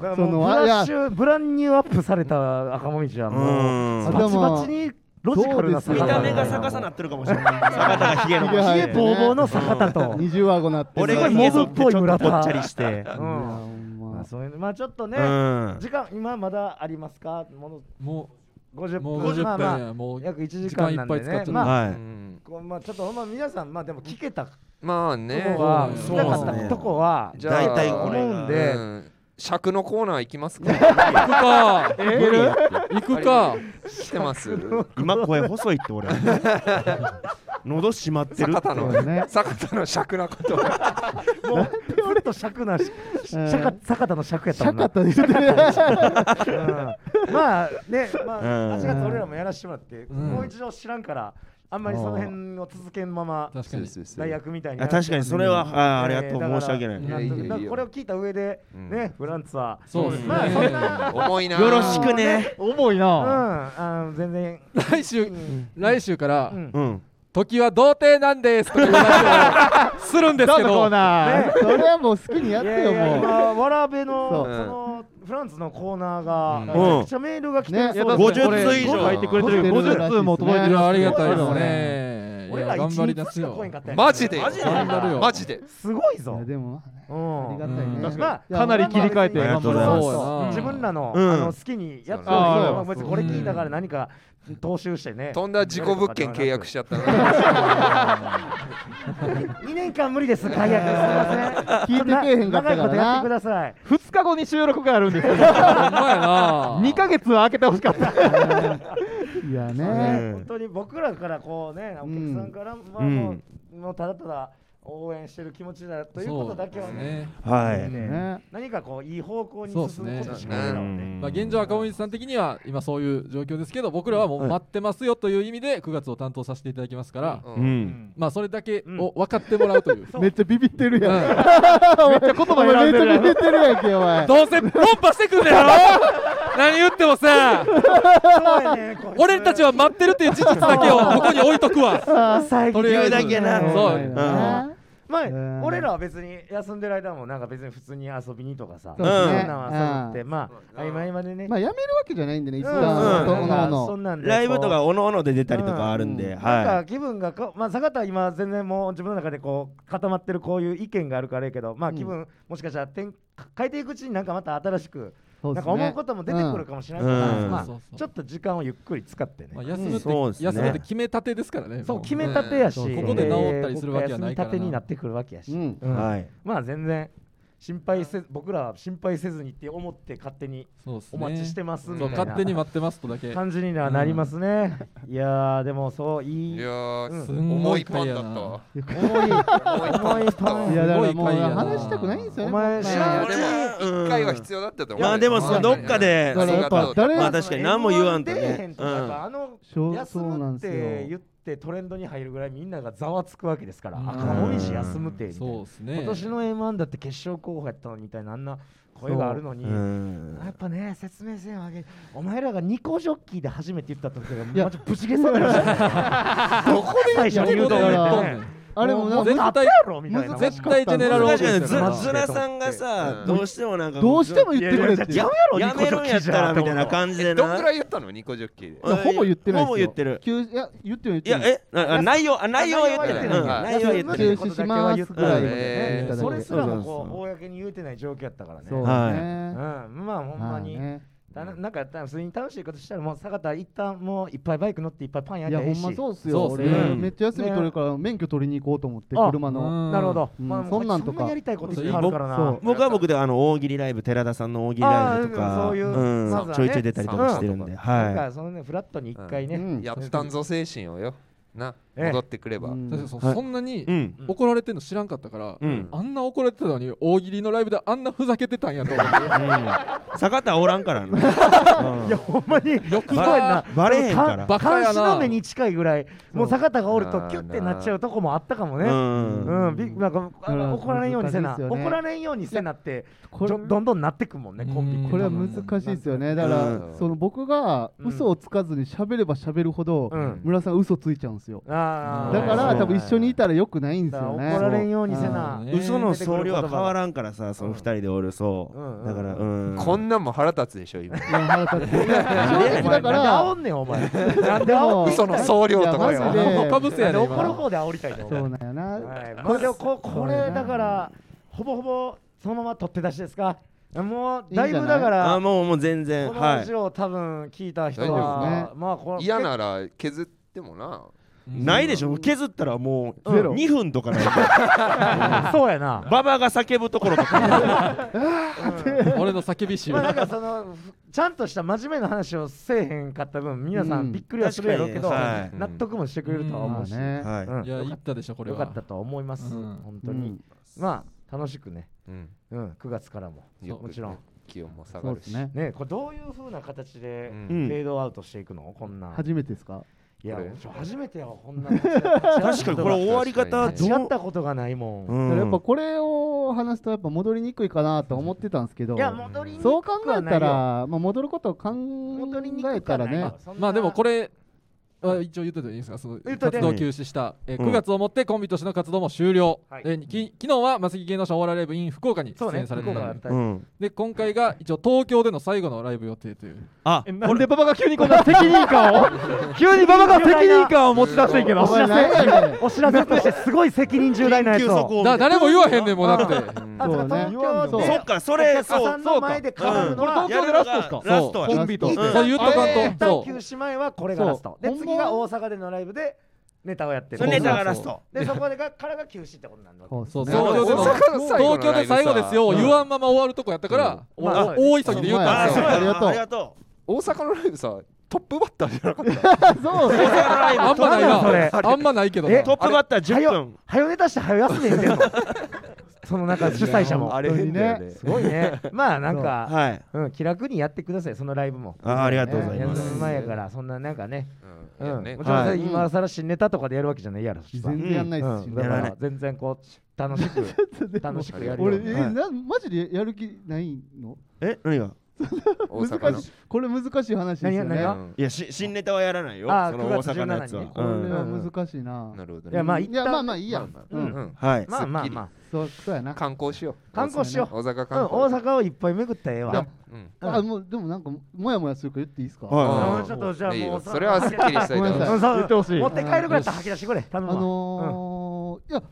だ
ー
からもう
その
ブラッ
あ
シュブランニューアップされた赤もみじはもう
うん
バチバチにロジカルな
そう
見
ですよ
田
た目が逆さなってるかもしれない坂田がヒゲの
ひげ
ひげ
生えてね
ボーボーの坂田と、
二重顎なって
俺が
す
ヒ
ご
ゲ
いモ
剃っ
ブってぽい
ちょっ
村
と
田
ぽっちゃりして
いや
う
ほ
ん
ん
ま
ま
あ、そういうのまあちょっと
う
ね、
ん
時間今まだありますかもの
も
50
う
分
もう50分
まあまあ
もう
約1時間なんで
時間いっぱい使っちゃ
ね
った
まあ
う
は
ん
こうまあちょっとまあ皆さんまあでも聞けたと
まあ
こ
ね
は、
そ
聞
う
け
ね
なかったとこは
じゃあ
大体これが
思うん
う
で
ん尺のコーナー行きますか
行くか行くか
来てます
い今声細いって俺喉閉まってる
坂
そ
田の
うだね
坂田の尺なことを
もうずっと尺なし
う
坂
ん
坂田の尺やったもん
高
な
田ですね
うんまあねま
うん
あ8月俺らもやらしてもらって
ん
もう一度知らんからあんまりその辺を続けんまま
確かに
大学みたいにな
あ
っちゃう
確かにそれはあーありがと
えー
う
だから
申し訳ない
やいやいや
だからこれを聞いた上でねフランツは
そうですね
まあそんな
重いな
よろしくね
重い
うん
な。
あの全然
来週来週から
うん
うん
時は童貞なんですとかいう話をするんです
ど
け
のコー
ど
ナー
ね
それはもう好きにやっ
い
て
やいや
よもう
今わらべの
そう
そのフランツのコーナーが
うん
めちゃくちゃメールが来てる
ね
そう
50
で
通以上
書いてくれてる。50通も届いて
い
る
やありが
い。
たいです
そうだ
ね
俺
いや
ら一
頑張りで
日
す
しか
よ
来へんかったやん
マジで
マジで
頑張るよ
マジで
すごいぞ
いやでもあ
う
り
ん
がたいね
うん
まあ
かなり切り替えて
ありが
頑
と
張
うござい
ろ
ま
う
す
そうやな
自分らの,、
うん
あの好きにやって
そう
そう
まあ別にこれ聞いたから何か踏襲してね、
とんだ事故物件契約しちゃったな
2年間無理です解約すいませ
聞
ん
いてけえへんかったからな
長いことやってください
2日後に収録があるんですけど、
ほんまやな
2ヶ月は空けてほしかった。
いや
うん
ね
本当に僕らからこうねお客さんから、まあ
うん
もうもうただただ応援してる気持ちだということだけはね
はい
ね
何かこういい方向に
そうっ
進
す
む
ね
ことしか
う
ない
ん
の
うん
まあ、現状赤森さん的には今そういう状況ですけど僕らはもう待ってますよという意味で9月を担当させていただきますから、
う
うんん
まあそれだけを分かってもらうという、
めっちゃビビってるやん
うん
めっちゃ言葉選んでるやんめっちゃビビってるやんけお前
どうせ論破してくんだよ何言ってもさ
そうやねこいつ
俺たちは待ってるっていう事実だけをここに置いとくわ
最近
とりあえず
言うだけな
そう
うん
まあ、
ん
俺らは別に休んでる間もなんか別に普通に遊びにとかさ、
そう
です
そん
ね
なん遊ぶって、まあ合間合間でね、
まあやめるわけじゃないんでね一
うん
う
旦
ん
おのお
なんかそ
の
んなんで
ライブと
こ
かおのおので出たりとかあるんで、
うん
うなん
は
か気分がこうまあ坂田は今全然もう自分の中でこう固まってるこういう意見があるからやけどまあ気分、もしかしたら転変えていくうちになんかまた新しく、
そう
な
で
ん
す
か思う
ね
ことも出てくるかもしれないか
う
ら、
ん
まあ
そうそう
ちょっと時間をゆっくり使ってね、
まあ、休むって、
そうですね
休むって決めたてですからね
そう
も
決めたてやし、
うん
えー
ここで治ったりするわけはないから
休みたてにな
な
ってくるわけやし、
うん
い、
うん
はい、
まあ全然心配せず僕らは心配せずにって思って勝手に
そうです
お
ね
待ちしてますみた
そ
いう
勝手に待ってますとだけ
な感じにはなりますね、いやーでもそうい
い
い
や
うん
ー
す
す
んご
重
い
いパ
回
ン
や
だっ
な
たわ
重い重いパン
いやだからもう
すごい回やな
話したくないんですよね
お前
もう
知
い
ら
や
ん
でも
うん
一回は必要だったと思う
まあでもそのどっかで
だからやっぱ誰
まあ確かに何も言わんとね
M1 出えへんとかやっぱ
うん
あの
そう
休
そうな
む
ん
っ
ですよ
て言ってトレンドに入るぐらいみんながざわつくわけですから
うん
赤森市休むってみたいな
そうですね
今年の m 1だって決勝候補やったのにみたいなあんな声があるのに
うん
やっぱね、説明せんわけ。お前らがニコジョッキーで初めて言った時が、
や
マジぶちげそうになりました。どこで最初に言うと
いや
俺
だ
っ
か
て
ら
ね。
あれもなんか
絶対
あったやろみたいな。
難し
絶
かった
対ジェネラルオー
確
ディ
か
エ
に
ン
ず
スやな
ずらさんがさ、
うん
どうしてもなんか
どうしても言ってくれって
いやいやいや
やめるんやったらみたいな感じ
え
で
どんぐ
な
らい言ったのニコジョッキーで
いやほぼ言ってな
ほ
いですよ
ぼ言ってる
急いや言ってない
い
言
や
ってない
えなあ内容あ内容は言ってない、うん
は
内容は言って
中
ない
止しますぐらいまで
う
ね
ん
いただいて
それすらもこう公に言うてない状況やったからね。、
そううんね
ま
はい
あほん
ま
ま
あ
に。
ね
だななんか普通に楽しいことしたらもう坂田一旦もういっぱいバイク乗っていっぱいパンや
い
り
や
ゃえ
ほ
え
ん
し。
まそうっす
そ
よ
うっす
俺
ね
めっちゃ休み取るから免許取りに行こうと思って
あ
車の
うん
なるほど。
うん
まあ
そんなんとか
こいつやりたいことしてはるからな
そ。
僕は僕であの大喜利ライブ寺田さんの大喜利ライブと
あー
か
そういうんまずはね
ちょいちょい出たりとかしてるんで、
う
な
ん
ん
は
かそのねフラットに一回ね。
うん
やったんぞ精神をよな
ええ
戻ってくれば、
うん
確かにそ
はい
そんなに
うん
怒られてんの知らんかったから、
うん
あんな怒られてたのに大喜利のライブであんなふざけてたんやと思って
坂田おらんからな
<laughs> いやほんまに
よく
すごい
な
な
バレへんか
か
ら
バカやな
監視の目に近いぐらいもう坂田がおる
そう
と
なあ
キュッてなっちゃうとこもあったかもね
う
うんん、びなんかあ
うん
怒られんようにせな、
難しいですよね
怒られんようにせなって
こ
じ
れ
ょどんどんなってくもんねコンビって
これは難しいですよねだから、
うん
その僕が
うん
嘘をつかずに喋れば喋るほど、
うん
村さん嘘ついちゃうんですよ
あー
だから
そう
多分一緒にいたらよくないんで
だ
す
から
よね
怒られんようにせな、
そう
嘘の総量は変わらんからさ、その
うん
二人でおるそ
うんうん
う。だから、うん。
こんなんも腹立つでしょ今
いや腹立ついや正直だか
お
ら
前なんで煽んねんお前
なんでも
嘘の総量とか
いや
よ
マジで
かぶせや
なんで
で
怒る
今
方で煽りたいの
そうなんやな、
はいまあ、でもここれだからほぼほぼそのまま取って出しですかもうだいぶだか
あ、
ら
もう、もう全然、
この
は
ラジオを多分聞いた人
大丈夫です
は
ね
まあこれ
嫌なら削ってもな、
い。ないでしょ削ったらもう
ゼロ
2分とかない
そうや
<laughs>
な
ババが叫ぶところと
<laughs>
か
俺の叫び集
まあなんかそのふちゃんとした真面目な話をせえへんかった分皆さ
うん
んびっくりはするやろうけど、
確かにはい
納得もしてくれるとは
ま
思
あ
うし、
ね、
はい
うん
いや
よ
言
か
っ
った
でしょこれ
よ
は
かったと思います、
うん
本
う
当に、
ん、
まあ楽しくね、
うん、
うん、9月からも
よく
もちろん
気温も下
そ
が
う
る
で
し
すね
ねこれどういう風な形で
う
うん
フ
ん
ェードアウトしていくのこんなん
初めてですか
いや
これ
ちょ初めてよこんな立ち
確かにこれ終わり方
立
ど
ち会
う
ったことがないもん、
う
だからやっぱ
ん
これを話すとやっぱ戻りにくいかなと思ってたんですけど
いや戻りにくく
そう
は
考
ないよ
えたら、まあ、戻ることを考
戻りにく
え
く
た
は
ら
ない
ね
よそんな
まあでもこれは一応言っといていいですかその
言っと
活
いて
動休止した、えー
うん
9月をもってコンビとしての活動も終了、
はい
えーき昨日は松木芸能者オーライライブ in 福岡に
そう
出
ね
演されてた
福岡
の
だ
で,、
った
う
り
ん
で今回が一応東京での最後のライブ予定という
あ
えなんで馬場が急にこんな責任感を <laughs> 急に馬場が責任感を持ち出してんけど
お知ら
お前何 <laughs> やね
せお知らせとしてすごい責任重大なやつを
を
だ誰も言わへんねんもうだって
うん
あそうか東
そうねそ
京
う
で
そっかそれ
お客
そ
さ
うん
の前で被るのは、
これ東京でラストですか
ラストや
コンビと
い
し
い
て
うん
そう言っとかんと、
一旦
そ
休止前はこれがラストで
そう
次が大阪でのライブでネタをやって
そ
る
れネタがラスト
でそこでがからが休止ってことなんだ
そう
うそう
ね
東京での
大阪の最後の
東京で最後ですよ、
ライブさ
言わんまま終わるとこやったから、
うん
お
まあ
お大急ぎで言うたん
あ
です
そう
よ、
やな
ありがとう
ありがと
大阪のライブさトップバッターじゃなかった
そ
う
う
大阪
あんまないなあ
のライ
なんだそれ
んまないけど
え
ブトップバッター10分
はよネタしてはよ休め言うてんのその中主催者も
あれ変だよね
すごいねまあなんか
はい
うん、気楽にやってくださいそのライブも
あありがとうございま
ね
す
休む前やからそんななんかね
うん
うん、
いやね
もちろんそれ
はい
今更新ネタとかでやるわけじゃないやろ、そしたら
全然やんないですし、
うん、
ね
だ
や
から
ない
ら全然こう楽 <laughs> しく楽しくやるよ
俺、
う
え
に
なマジでやる気ないの
え何が
大阪
難
の
しいこれ難しい話ですよ
何が何
ね
が
うん
いやし新ネタはやらないよ
あー
その
9
大
月
阪のやつ
17
は
日
これ
うん
は難しいな、
なるほど
いや
ね
まあ
い
一
や
旦
まあまあいいや、
まあ
う
うんん
はい
まあまあまあ
そうそうやな、
観光しよ
観光し
う
よ
大阪
う、うん、
観
大
光
阪をいっぱい巡ったらええわ
うん
うん
あもうでもなんかもやもやするから言っていいですか、
はい
あ
うんちょっとじゃあ
いい
も
よ
う
それはすっきりしたい
ごめんな
と
さ
<laughs>
思
う
う
そう
ん
言ってほしい
持って帰るぐらいやったら吐き出してくれ頼む
あ
わ、
のーいや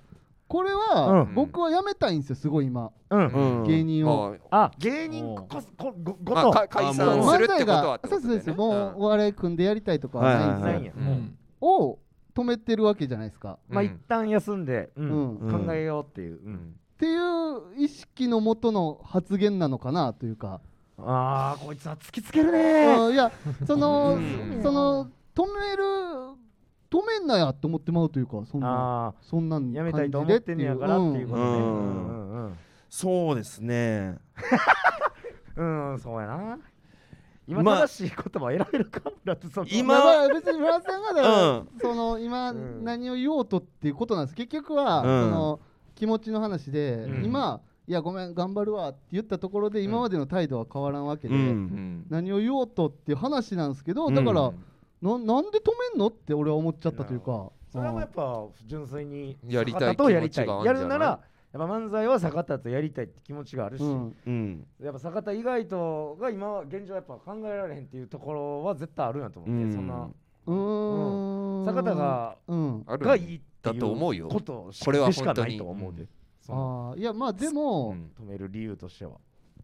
これ
う
は
ん
僕はやめたいんですよすごい今、
うん、
う
芸
ん
人を、
もう
あ芸人こここごご
まあ
と、
か解
あ
散
もう
するってことはって
そ
こ
うそう
とだ
で
よ
す
ね
もうお笑い組んでやりたいとかはないんです
はいはいは
よ
な
い
んや、
うんうん
を止めてるわけじゃないですか、
まあ一旦休んで、う
うんんっ
うん
考えようっていう、うん
ていう意識のもとの発言なのかなというか、
ああこいつは突きつけるね
うんいやその
うん
その止める止めんなやと思ってまうというかそんな
あ
そんな
あ
ん
やめたい
感
と思
じで
ってんねやからっていうことね
う
うんんうんうん
そうですね
うん、そうやな。今
まあ
正しい言葉選べるか村田さん。
今
まあまあ別に村田さんがだから、
うん
その今
うん
何を言おうとっていうことなんです結局は、
うん
その気持ちの話で、
うん
今いやごめん頑張るわって言ったところで今までの態度は変わらんわけで、
うん
うん
何を言おうとっていう話なんですけど、
うん
だか
う
ら
ん
ななんで止めんのって俺は思っちゃったというか
それはもうやっぱ純粋に
やりた
坂
い
田とやりたい。
気持ちがあるん
や
じゃない
るなら、やっぱ漫才は坂田とやりたいって気持ちがあるし、
うん
うん
やっぱ坂田以外とが今は現状やっぱ考えられへんっていうところは絶対あるんやと思って、
うん
そんな
うーん
坂田が、
うん
ある
がいいって
だ
い
と思う
う
よ
ことし
これは
でしか
本当
ない
に
と思うで。その
あーいやまあでも、
うん
止める理由としては。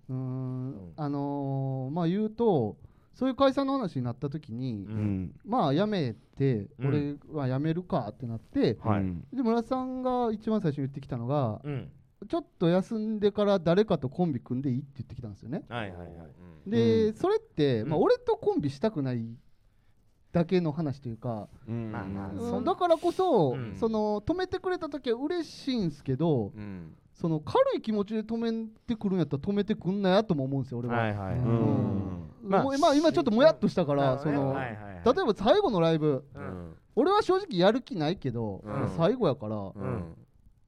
うー
うんん
あのーまあ言うとそういう解散の話になった時に、
う
うんん
まあ辞めて、
うん
俺は辞めるかってなって
はい
うん
で村さんが一番最初に言ってきたのが、
うん。
ちょっと休んでから誰かとコンビ組んでいいって言ってきたんですよね
はいはい
うん
はい
で、
う
それって、
うん
まあ、俺とコンビしたくないだけの話というか、
うん
まあまあ
うん
そん
だからこそ、
うん
その止めてくれた時は嬉しいんですけど、
うん
その軽い気持ちで止めてくるんやったら止めてくんなやとも思うんですよ俺は、
はいはい。
うん
まあ
もうまあ今ちょっともやっとしたから、その、
はいはいはい
例えば最後のライブ
う
うん
ん
俺は正直やる気ないけど、
うん
まあ最後やから、
う
うん
ん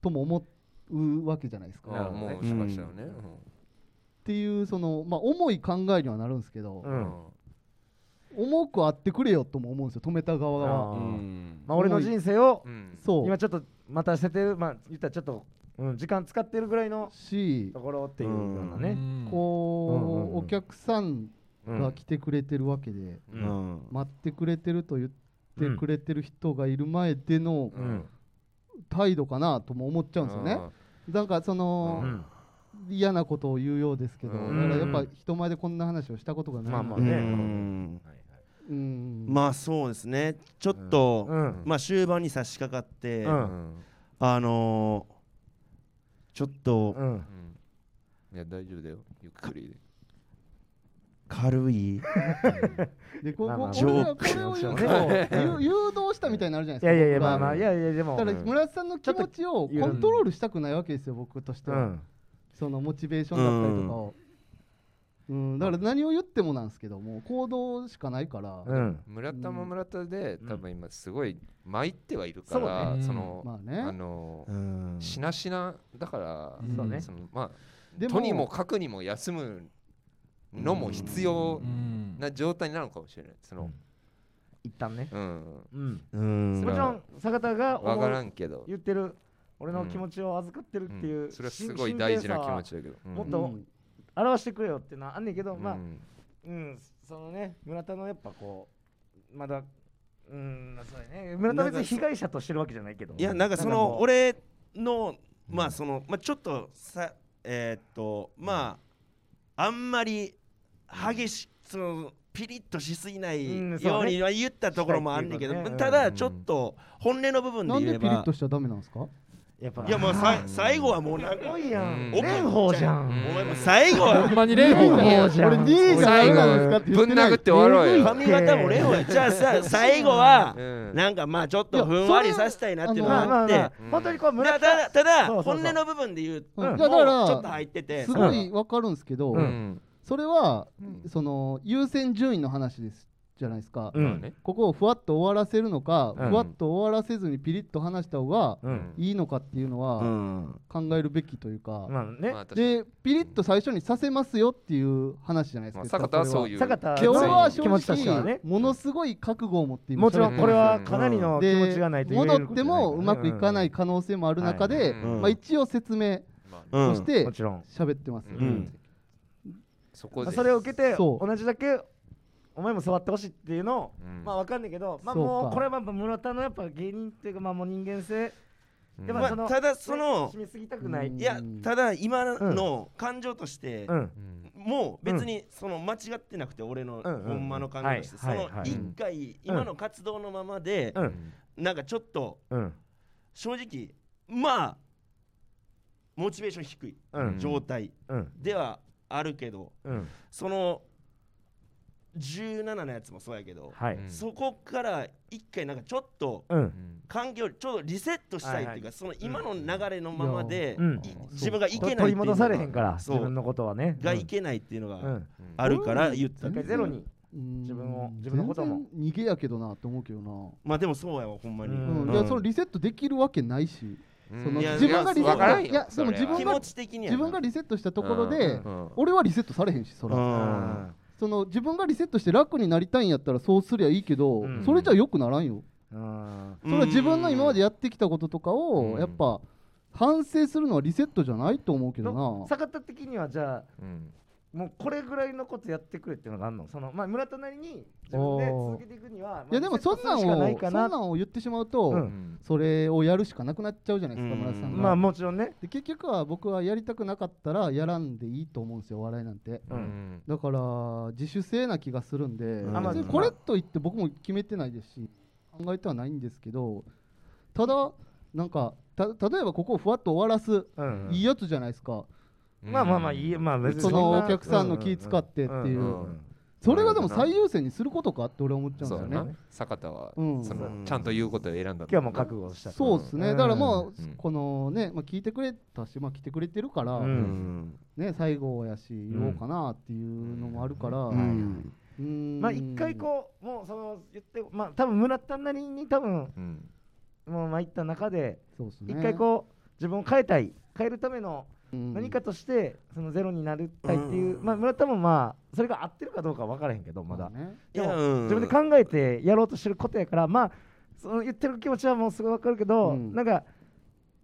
とも思うわけじゃないですか、
あ
なる
あ
ほどね
もうしましたよね
っていうその、まあ、重い考えにはなるんですけど、
う
うんん
重くあってくれよとも思うんですよ止めた側
あ
は
ー
うん
まあ俺の人生を
うん
そう
今ちょっと待たせてるまあ言ったらちょっとうん時間使ってるぐらいの
し
ところっていうようなね。
こう、
うんうんうん
お客さん
うん
が来てくれてるわけで、
う
う
んん
待ってくれてると言ってくれてる人がいる前での
うん
態度かなとも思っちゃうんですよね、なんかその、
うん
嫌なことを言うようですけど、
うん
だからやっぱ人前でこんな話をしたことがない
まあまあ
う
ね
ん
うん
まあそうですねちょっと、
うん
まあ終盤に差し掛かって、
う
うんん
あのー、ちょっと
うん
うんいや大丈夫だよゆっくりで
軽い、
でこう
まあまあ
こう俺
ジョ
が
ー
これを言うと
ジョー
ゆ <laughs> 誘導したみたいになるじゃないです
い
か
やいやい
僕
や
ら
まあまあいやいやでも。
だか
う
ら
ん
村瀬さんの気持ちをコントロールしたくないわけですよ僕として
う
は、
ん
そのモチベーションだったりとかを、うんだから何を言ってもなんですけどもう行動しかないから、
うん
村田も村田で
うん
多分今すごい参ってはいるから
そうね
その
まあね
あの
うん
しなしなだから
うんそうね
そのま
で
あとにもかくにも休むのも必要
うん
な状態なのかもしれないその
一旦ね。
うん
うん。
うん
そ
も
れ
ちろ
は
ん坂田が
わか
思
ら
うん
けど
言ってる俺の気持ちを預かってるっていううん
それはすごい大事な気持ちだけど
もっ
う
と
ん
表してくれよっていうのはあんねんけど、
うん
まあ
う、ん
うん、そのね、村田のやっぱこう、まだ、うん、そうやね、村田は別に被害者としてるわけじゃないけど、
いやなんかそ
も
の
う、
俺のまあその、まあ、ちょっとさえーっとまああんまり激しそのピリッとしすぎない
うん
よ
そううね
には言ったところもあんねんけど、
したいっていうかね
た
う
だ
ん
ちょっと本音の部分
な
で
ん
言え
でピリ
ば
ッとしちゃダメなんですか
やっぱ、
いやもうさ
うん
最後はもうなんか
多いや
うん
ん、
多い
蓮舫じゃん。
お前もう最後は
ほんまにレイ
いや
蓮舫じゃん。
俺2位がダメなんですかって言
ぶ
っ
ん
てない
殴って終わろうよ
髪型もレオ
<laughs>
じゃあさ最後は
うん
なんかまあちょっとふんわりさせたいなっていうの
まあ
が
ま
あっ
あ
て
まあ、
うん
本当にこう、
だ
村
た
田、
だただ
そうそう
本
そう
音の部分で言うと
うん
もう
い
ち
やだから
ょっと入ってて
すごいわかるんですけど、
う
うんん
それは
うん
その優先順位の話ですじゃないですか、
うん
まあね
ここをふわっと終わらせるのか、
うん
ふわっと終わらせずにピリッと話した方が
うん、
いいのかっていうのは
ん
考えるべきというか、
まあね、
まあ確かに
でピリッと最初にさせますよっていう話じゃないです
ま
か、
あ坂田はそういう
坂田
で俺は正
正直気持ちとしては
直
ね
ものすごい覚悟を持って今
もちろんこれはかなりの気持
で
ちがないと言える、
戻ってもうまくいかないい可能性もある中
う
で、
ん
うん
まあ、一応説明
まあ
う
ね
ん
とし
うん
て
もちろん。
喋ってます、
うん
うん
そこ
まあ
で
それを受けて同
そう
じだけお前も座ってほしいっていうのを、
うん
まあわかんないけど、まあ
そうか
もうこれはまあ村田のやっぱ芸人っていうかまあもう人間性
うん
でも
ま
その
あただその
締めすぎたくない。
うん
いやただ今の感情として
うん
うん
もう別にその間違ってなくて俺の
うんうん
ほんまの感情としてそ
はいはい
の
はい
一回今の活動のままで
うん
なんかちょっと
うん
正直まあモチベーション低い
うん
状態
うん
ではあるけど
うん
その17のやつもそうやけど
はい
うん
そこから一回なんかちょっと
うん
環境ちょっとリセットしたいっていうか、
はいは
その今の流れのままで、
うん
い
うん
自分がいけないって
取
いう
り
の
戻されへんから自
そう
分のことはね。
がいけないっていうの
うんう
が
ん
うん
あるから言った
一
け
回
ど、
ゼロに。
うん
自分を自分のことも
全然逃げやけどなって思うけどな、
まあでもそうやわほんまに、
うん
うんいやそのリセットできるわけないし、
うん
その
いや
自分がリセ
わ
ッ
から
ト
んよ
いやでも自
そ
分
気
れ
が
持ち的には
自分がリセットしたところで、
うん
俺はリセットされへんしそら、
うん
その自分がリセットして楽になりたいんやったらそうすりゃいいけど、
うん
それじゃ良くならんよ、
うん
それは自分の今までやってきたこととか
う
を
ん
やっぱ反省するのはリセットじゃないと思うけど
の
な、
坂田的にはじゃあ
うん
もうこれぐらいのことやってくれっていうのがあるの。そのまあ村田なりに自分で続けていくには、まあ
いやでも
リセッ
そ
ト
ん
す
な
る
んを
しかない
そ
か
ん
な
なんを言ってしまうと、
う
うんん
それをやるしかなくなっちゃうじゃないですか、
うん
村瀬さんが、
まあもちろんね。
で結局は僕はやりたくなかったらやらんでいいと思うんですよお笑いなんて
う
うんん
だから自主性な気がするんで、
ん
別にこれといって僕も決めてないですし考えてはないんですけどただなんかた例えばここをふわっと終わらす、
うん
いいやつじゃないですか
うん
まあまあまあいいまあ別に
その
んな
お客さんの気使ってっていう
うんうんうん
そそれがでも最優先にすることかって俺は思っちゃうん
そうだ
だよ
な
ね。
坂田は、
うん
そ
うん
のちゃんと言うことを選んだんだ
今日はもう覚悟した
そうですね、
うん
だからもう、
うん
このね、まあ、聞いてくれたし、まあ、来てくれてるから、
うん
うん
ね、最後やし、言おうかなっていうのもあるから、う
うんん
まあ一回こうもうその言ってまあ多分村田なりに多分
うん
もう参った中で
う、そうっすね
一回こう自分を変えたい変えるための
うん
何かとしてそのゼロになりたいっていう、まあ村田もまあそれが合ってるかどうかは分からへんけどまだ、
ね、
いやうん
自分で考えてやろうとしてることやからまあその言ってる気持ちはもうすごい分かるけど、
うん
なんか、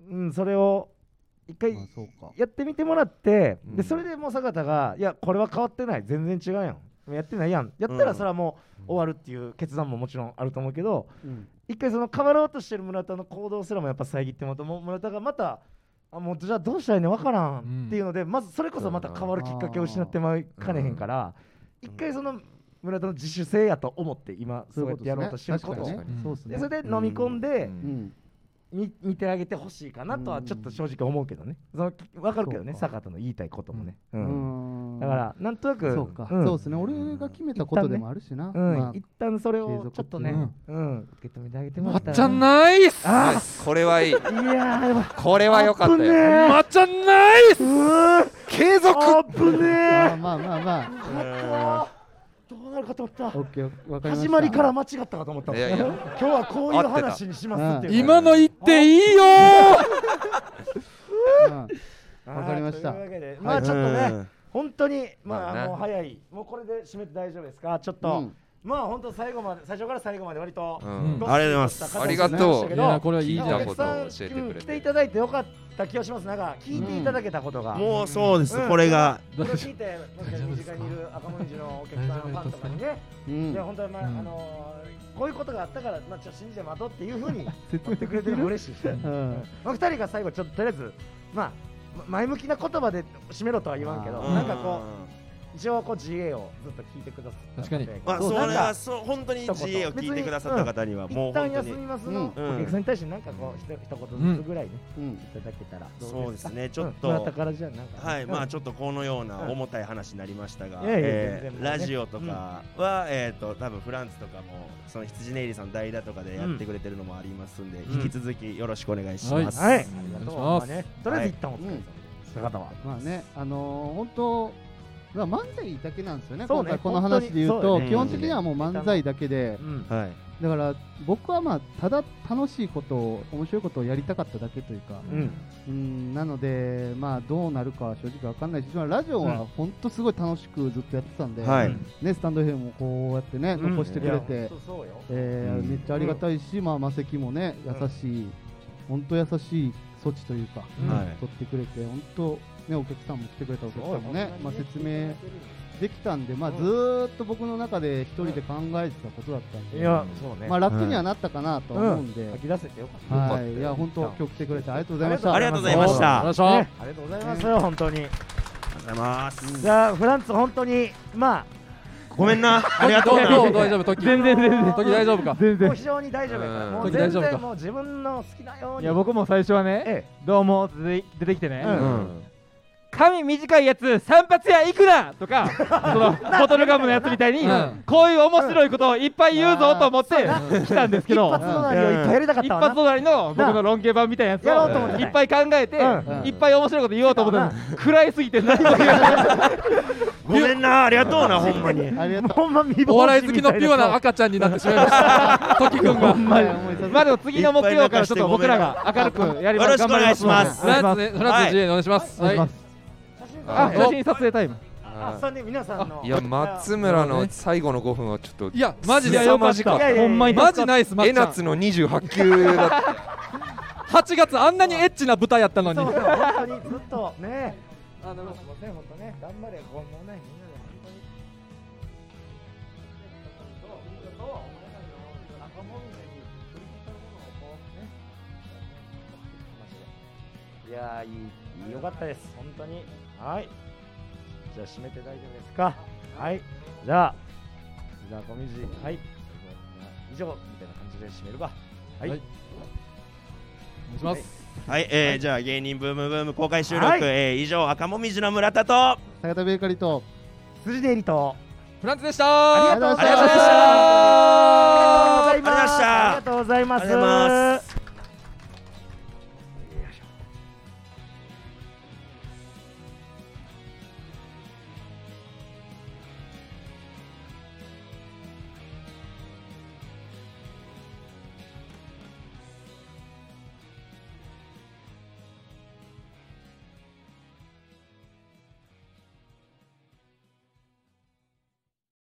うん、それを一回
まあ、そうか。
やってみてもらって、
うん
でそれでもう坂田が「いやこれは変わってない全然違うやんもうやってないやん」やった
う
ら
ん
それはもう終わるっていう決断ももちろんあると思うけど、
うん
一回その変わろうとしてる村田の行動すらもやっぱ遮ってもらってもう村田がまたあもうじゃあどうしたらいいの分からんっていうので、まずそれこそまた変わるきっかけを失ってまいかねへんから、
うん
一回その村田の自主性やと思って今そうやってやろうとしてること
そういう
確
とです
か
ね
に
そうですね。
でそれで飲み込んで、
うん
うん、
み見てあげてほしいかなとはちょっと正直思うけどね、その分かるけどね
そうか
坂田の言いたいこともね、う
うんん
だからなんとなく
そうか、
ん
そうですね、俺が決めたことでもあるしな。
うん
まあ
一旦それ
継
を
続
ちょっとね、うん受け止めてあげても
ま
ら
っ
ったら
ちゃんナイス
あ
これはいい
いやーでも
これは良かったよ
まっちゃんナイス
継続
あぶね
まあ
え
まあまあま
どうなるかと思った
あ、オッケー、わかりました。
始まりから間違ったかと思ったもん
いやいや
今日はこういう話にしますっていう
今の言っていいよ
うん、
あー
わかりました
というわけでまあちょっと
う
ね
ん
本当にま
まあ
あ
な
もう早いもうこれで締めて大丈夫ですかちょっと
うん
まあ本当最後まで最初から最後まで割と
う
うん
ん
どっし
ありがとうございます
した
ありがとう
いやこれはい
聞
い
い
な
た
お客
ことを
さん
教えてくれ
来てい
て
ただいてよかった気がしますなんか聞いていただけたことが、
もうそうです、
うん
これが
これを聞いてもしかして身近にいる赤もみじのお客さんファンとかにね
うん
いや本当にまあ、
うん
あのーこういうことがあったから、まあ、ちょっと信じて待とうっていうふうに
説
言ってくれてるの嬉しいし、うん
うん
まあ、2人が最後ちょっととりあえず、まあ、ま前向きな言葉で締めろとは言わんけど、
あ
う
ー
なんかこう一応こう GA をずっと聞いてくださったので
確か
まあ
こ
そうれ
なん
は
か
そう本当に
一言
GA を聞いてくださった方にはもう
一
本
旦
当
休
に
みますの、
うん
お客さんに対してなんかこうひと一言ずつぐらいね、
うん
いただけたらど
そうですねち
ち
ょ
ょ
っ
っと、
と、
うん、村田からじゃあなんか、
はい、まあ
ょ
ちょっとこのような重たい話になりましたが、
いやいや全
え
然もう
ー
ね
ラジオとかは、えっ、と多分フランスとかもその羊ネイリさん代打とかでやってくれてるのもありますんで、
ん
引き続きよろしくお願いします。
はい、あ
お願
り
い
が
し
とう、
ま
ますあね、とりあえず一旦お疲れ様です、姿は。
まあね、あのー、本当、まあ、漫才だけなんですよね、
そう
今
ね
回この話で言うと、
本当に
基本的にはもう漫才だけで、
うん
はい、
だから僕はまあただ楽しいことを、面白いことをやりたかっただけというか、
うん
うん、なので、まあ、どうなるかは正直わかんないし、まあラジオは本当すごい楽しくずっとやってたんで、
はい
ね、スタンド FM もこうやってね、
うん
残してくれて。
いや本当そうよ
えー
うん
めっちゃありがたいし、まあ、マセキもね、優しい、本当優しい措置というか、
うん
はい
取ってくれて、本当、ね、お客さんも来てくれたお客さんもね、まあ、説明できたんで、まあ、
うん
ずーっと僕の中で一人で考えてたことだったんで、
いや、そうね。
まあ、楽にはなったかなとは思うんで、
吐き出せてよかった。
は
よかったよ
い、いや、本当、今日来てくれてありがとうございまし
あ
た。
りがとうございまし
お
た。あ
願
り
いしま
ね
す
ありがとうございますよ、本当に。
がとうございます。
じゃあ、フランス、本当に、ま
ごめんな、ありがとう
どうど
な。
う大丈夫時
全然全然
時大丈夫か
全
あ、もう
然
非常に大丈夫やから、
うん
もう
時大
全
丈夫か
然もう自分の好きなよう
<laughs> い
に。
や僕も最初はね
え
どうも出て出てきてね、
うん
うん
髪短いやつ散髪屋行くなと
<laughs>
かそのボトルガムのやつみたいに、
うん
こういう面白いことをいっぱい言うぞと思って来たんです
え、
け
一
ど
発隣をいっぱいやりたかっ
一
たわ
発
な。
隣の僕の論芸版みたいなやつ
やろうと思っ
を
て
いっぱい考えて、
うん
いっぱい面白いこと言おうと思ったのに暗いすぎて何も言えない
ごめんな、ありがとうな、ほんまに。
ありがと
ほんま見
お笑い好きのピュアな赤ちゃんになってしまいました時くんが
う。はい思い出せ
まあでも次の木曜からちょっと僕らが明るくやりま
よろ
す
しくお願いしま
頑張り
す。
フランスねフラン
は
ス GA お願いしますはい
あ
あ
写真撮影タイム
あ、そうね、皆さんの。
いや松村の最後の5分はちょっと
いやマジで
いやよかった
いやいやいや
ほんまに
マジナイスマッ
え
チゃ
なんつの28球だった
8月あんなにエッチな舞台やったのに
そうそう、本当にずっとね。あ、でも、そうね、本当ね、頑張れ、こんなね、みんなで本当に。赤もみじに振り切ったものをこうねいやーいい、よかったです、本当に。はい。じゃあ、締めて大丈夫ですか。はい。じゃあ、じゃあ、こみじ、はい。以上、みたいな感じで締めるか。はい。
はいお願いします
はい、えーじゃあ芸人ブームブーム公開収録、
はい
えー以上赤もみじの村田と。
坂田ベーカリーと
辻出入りと。
フランツでした
ありがとうございました
ありがとうございました
ありがとうござい
ありがとうございま
ました
す。
ありがとうございます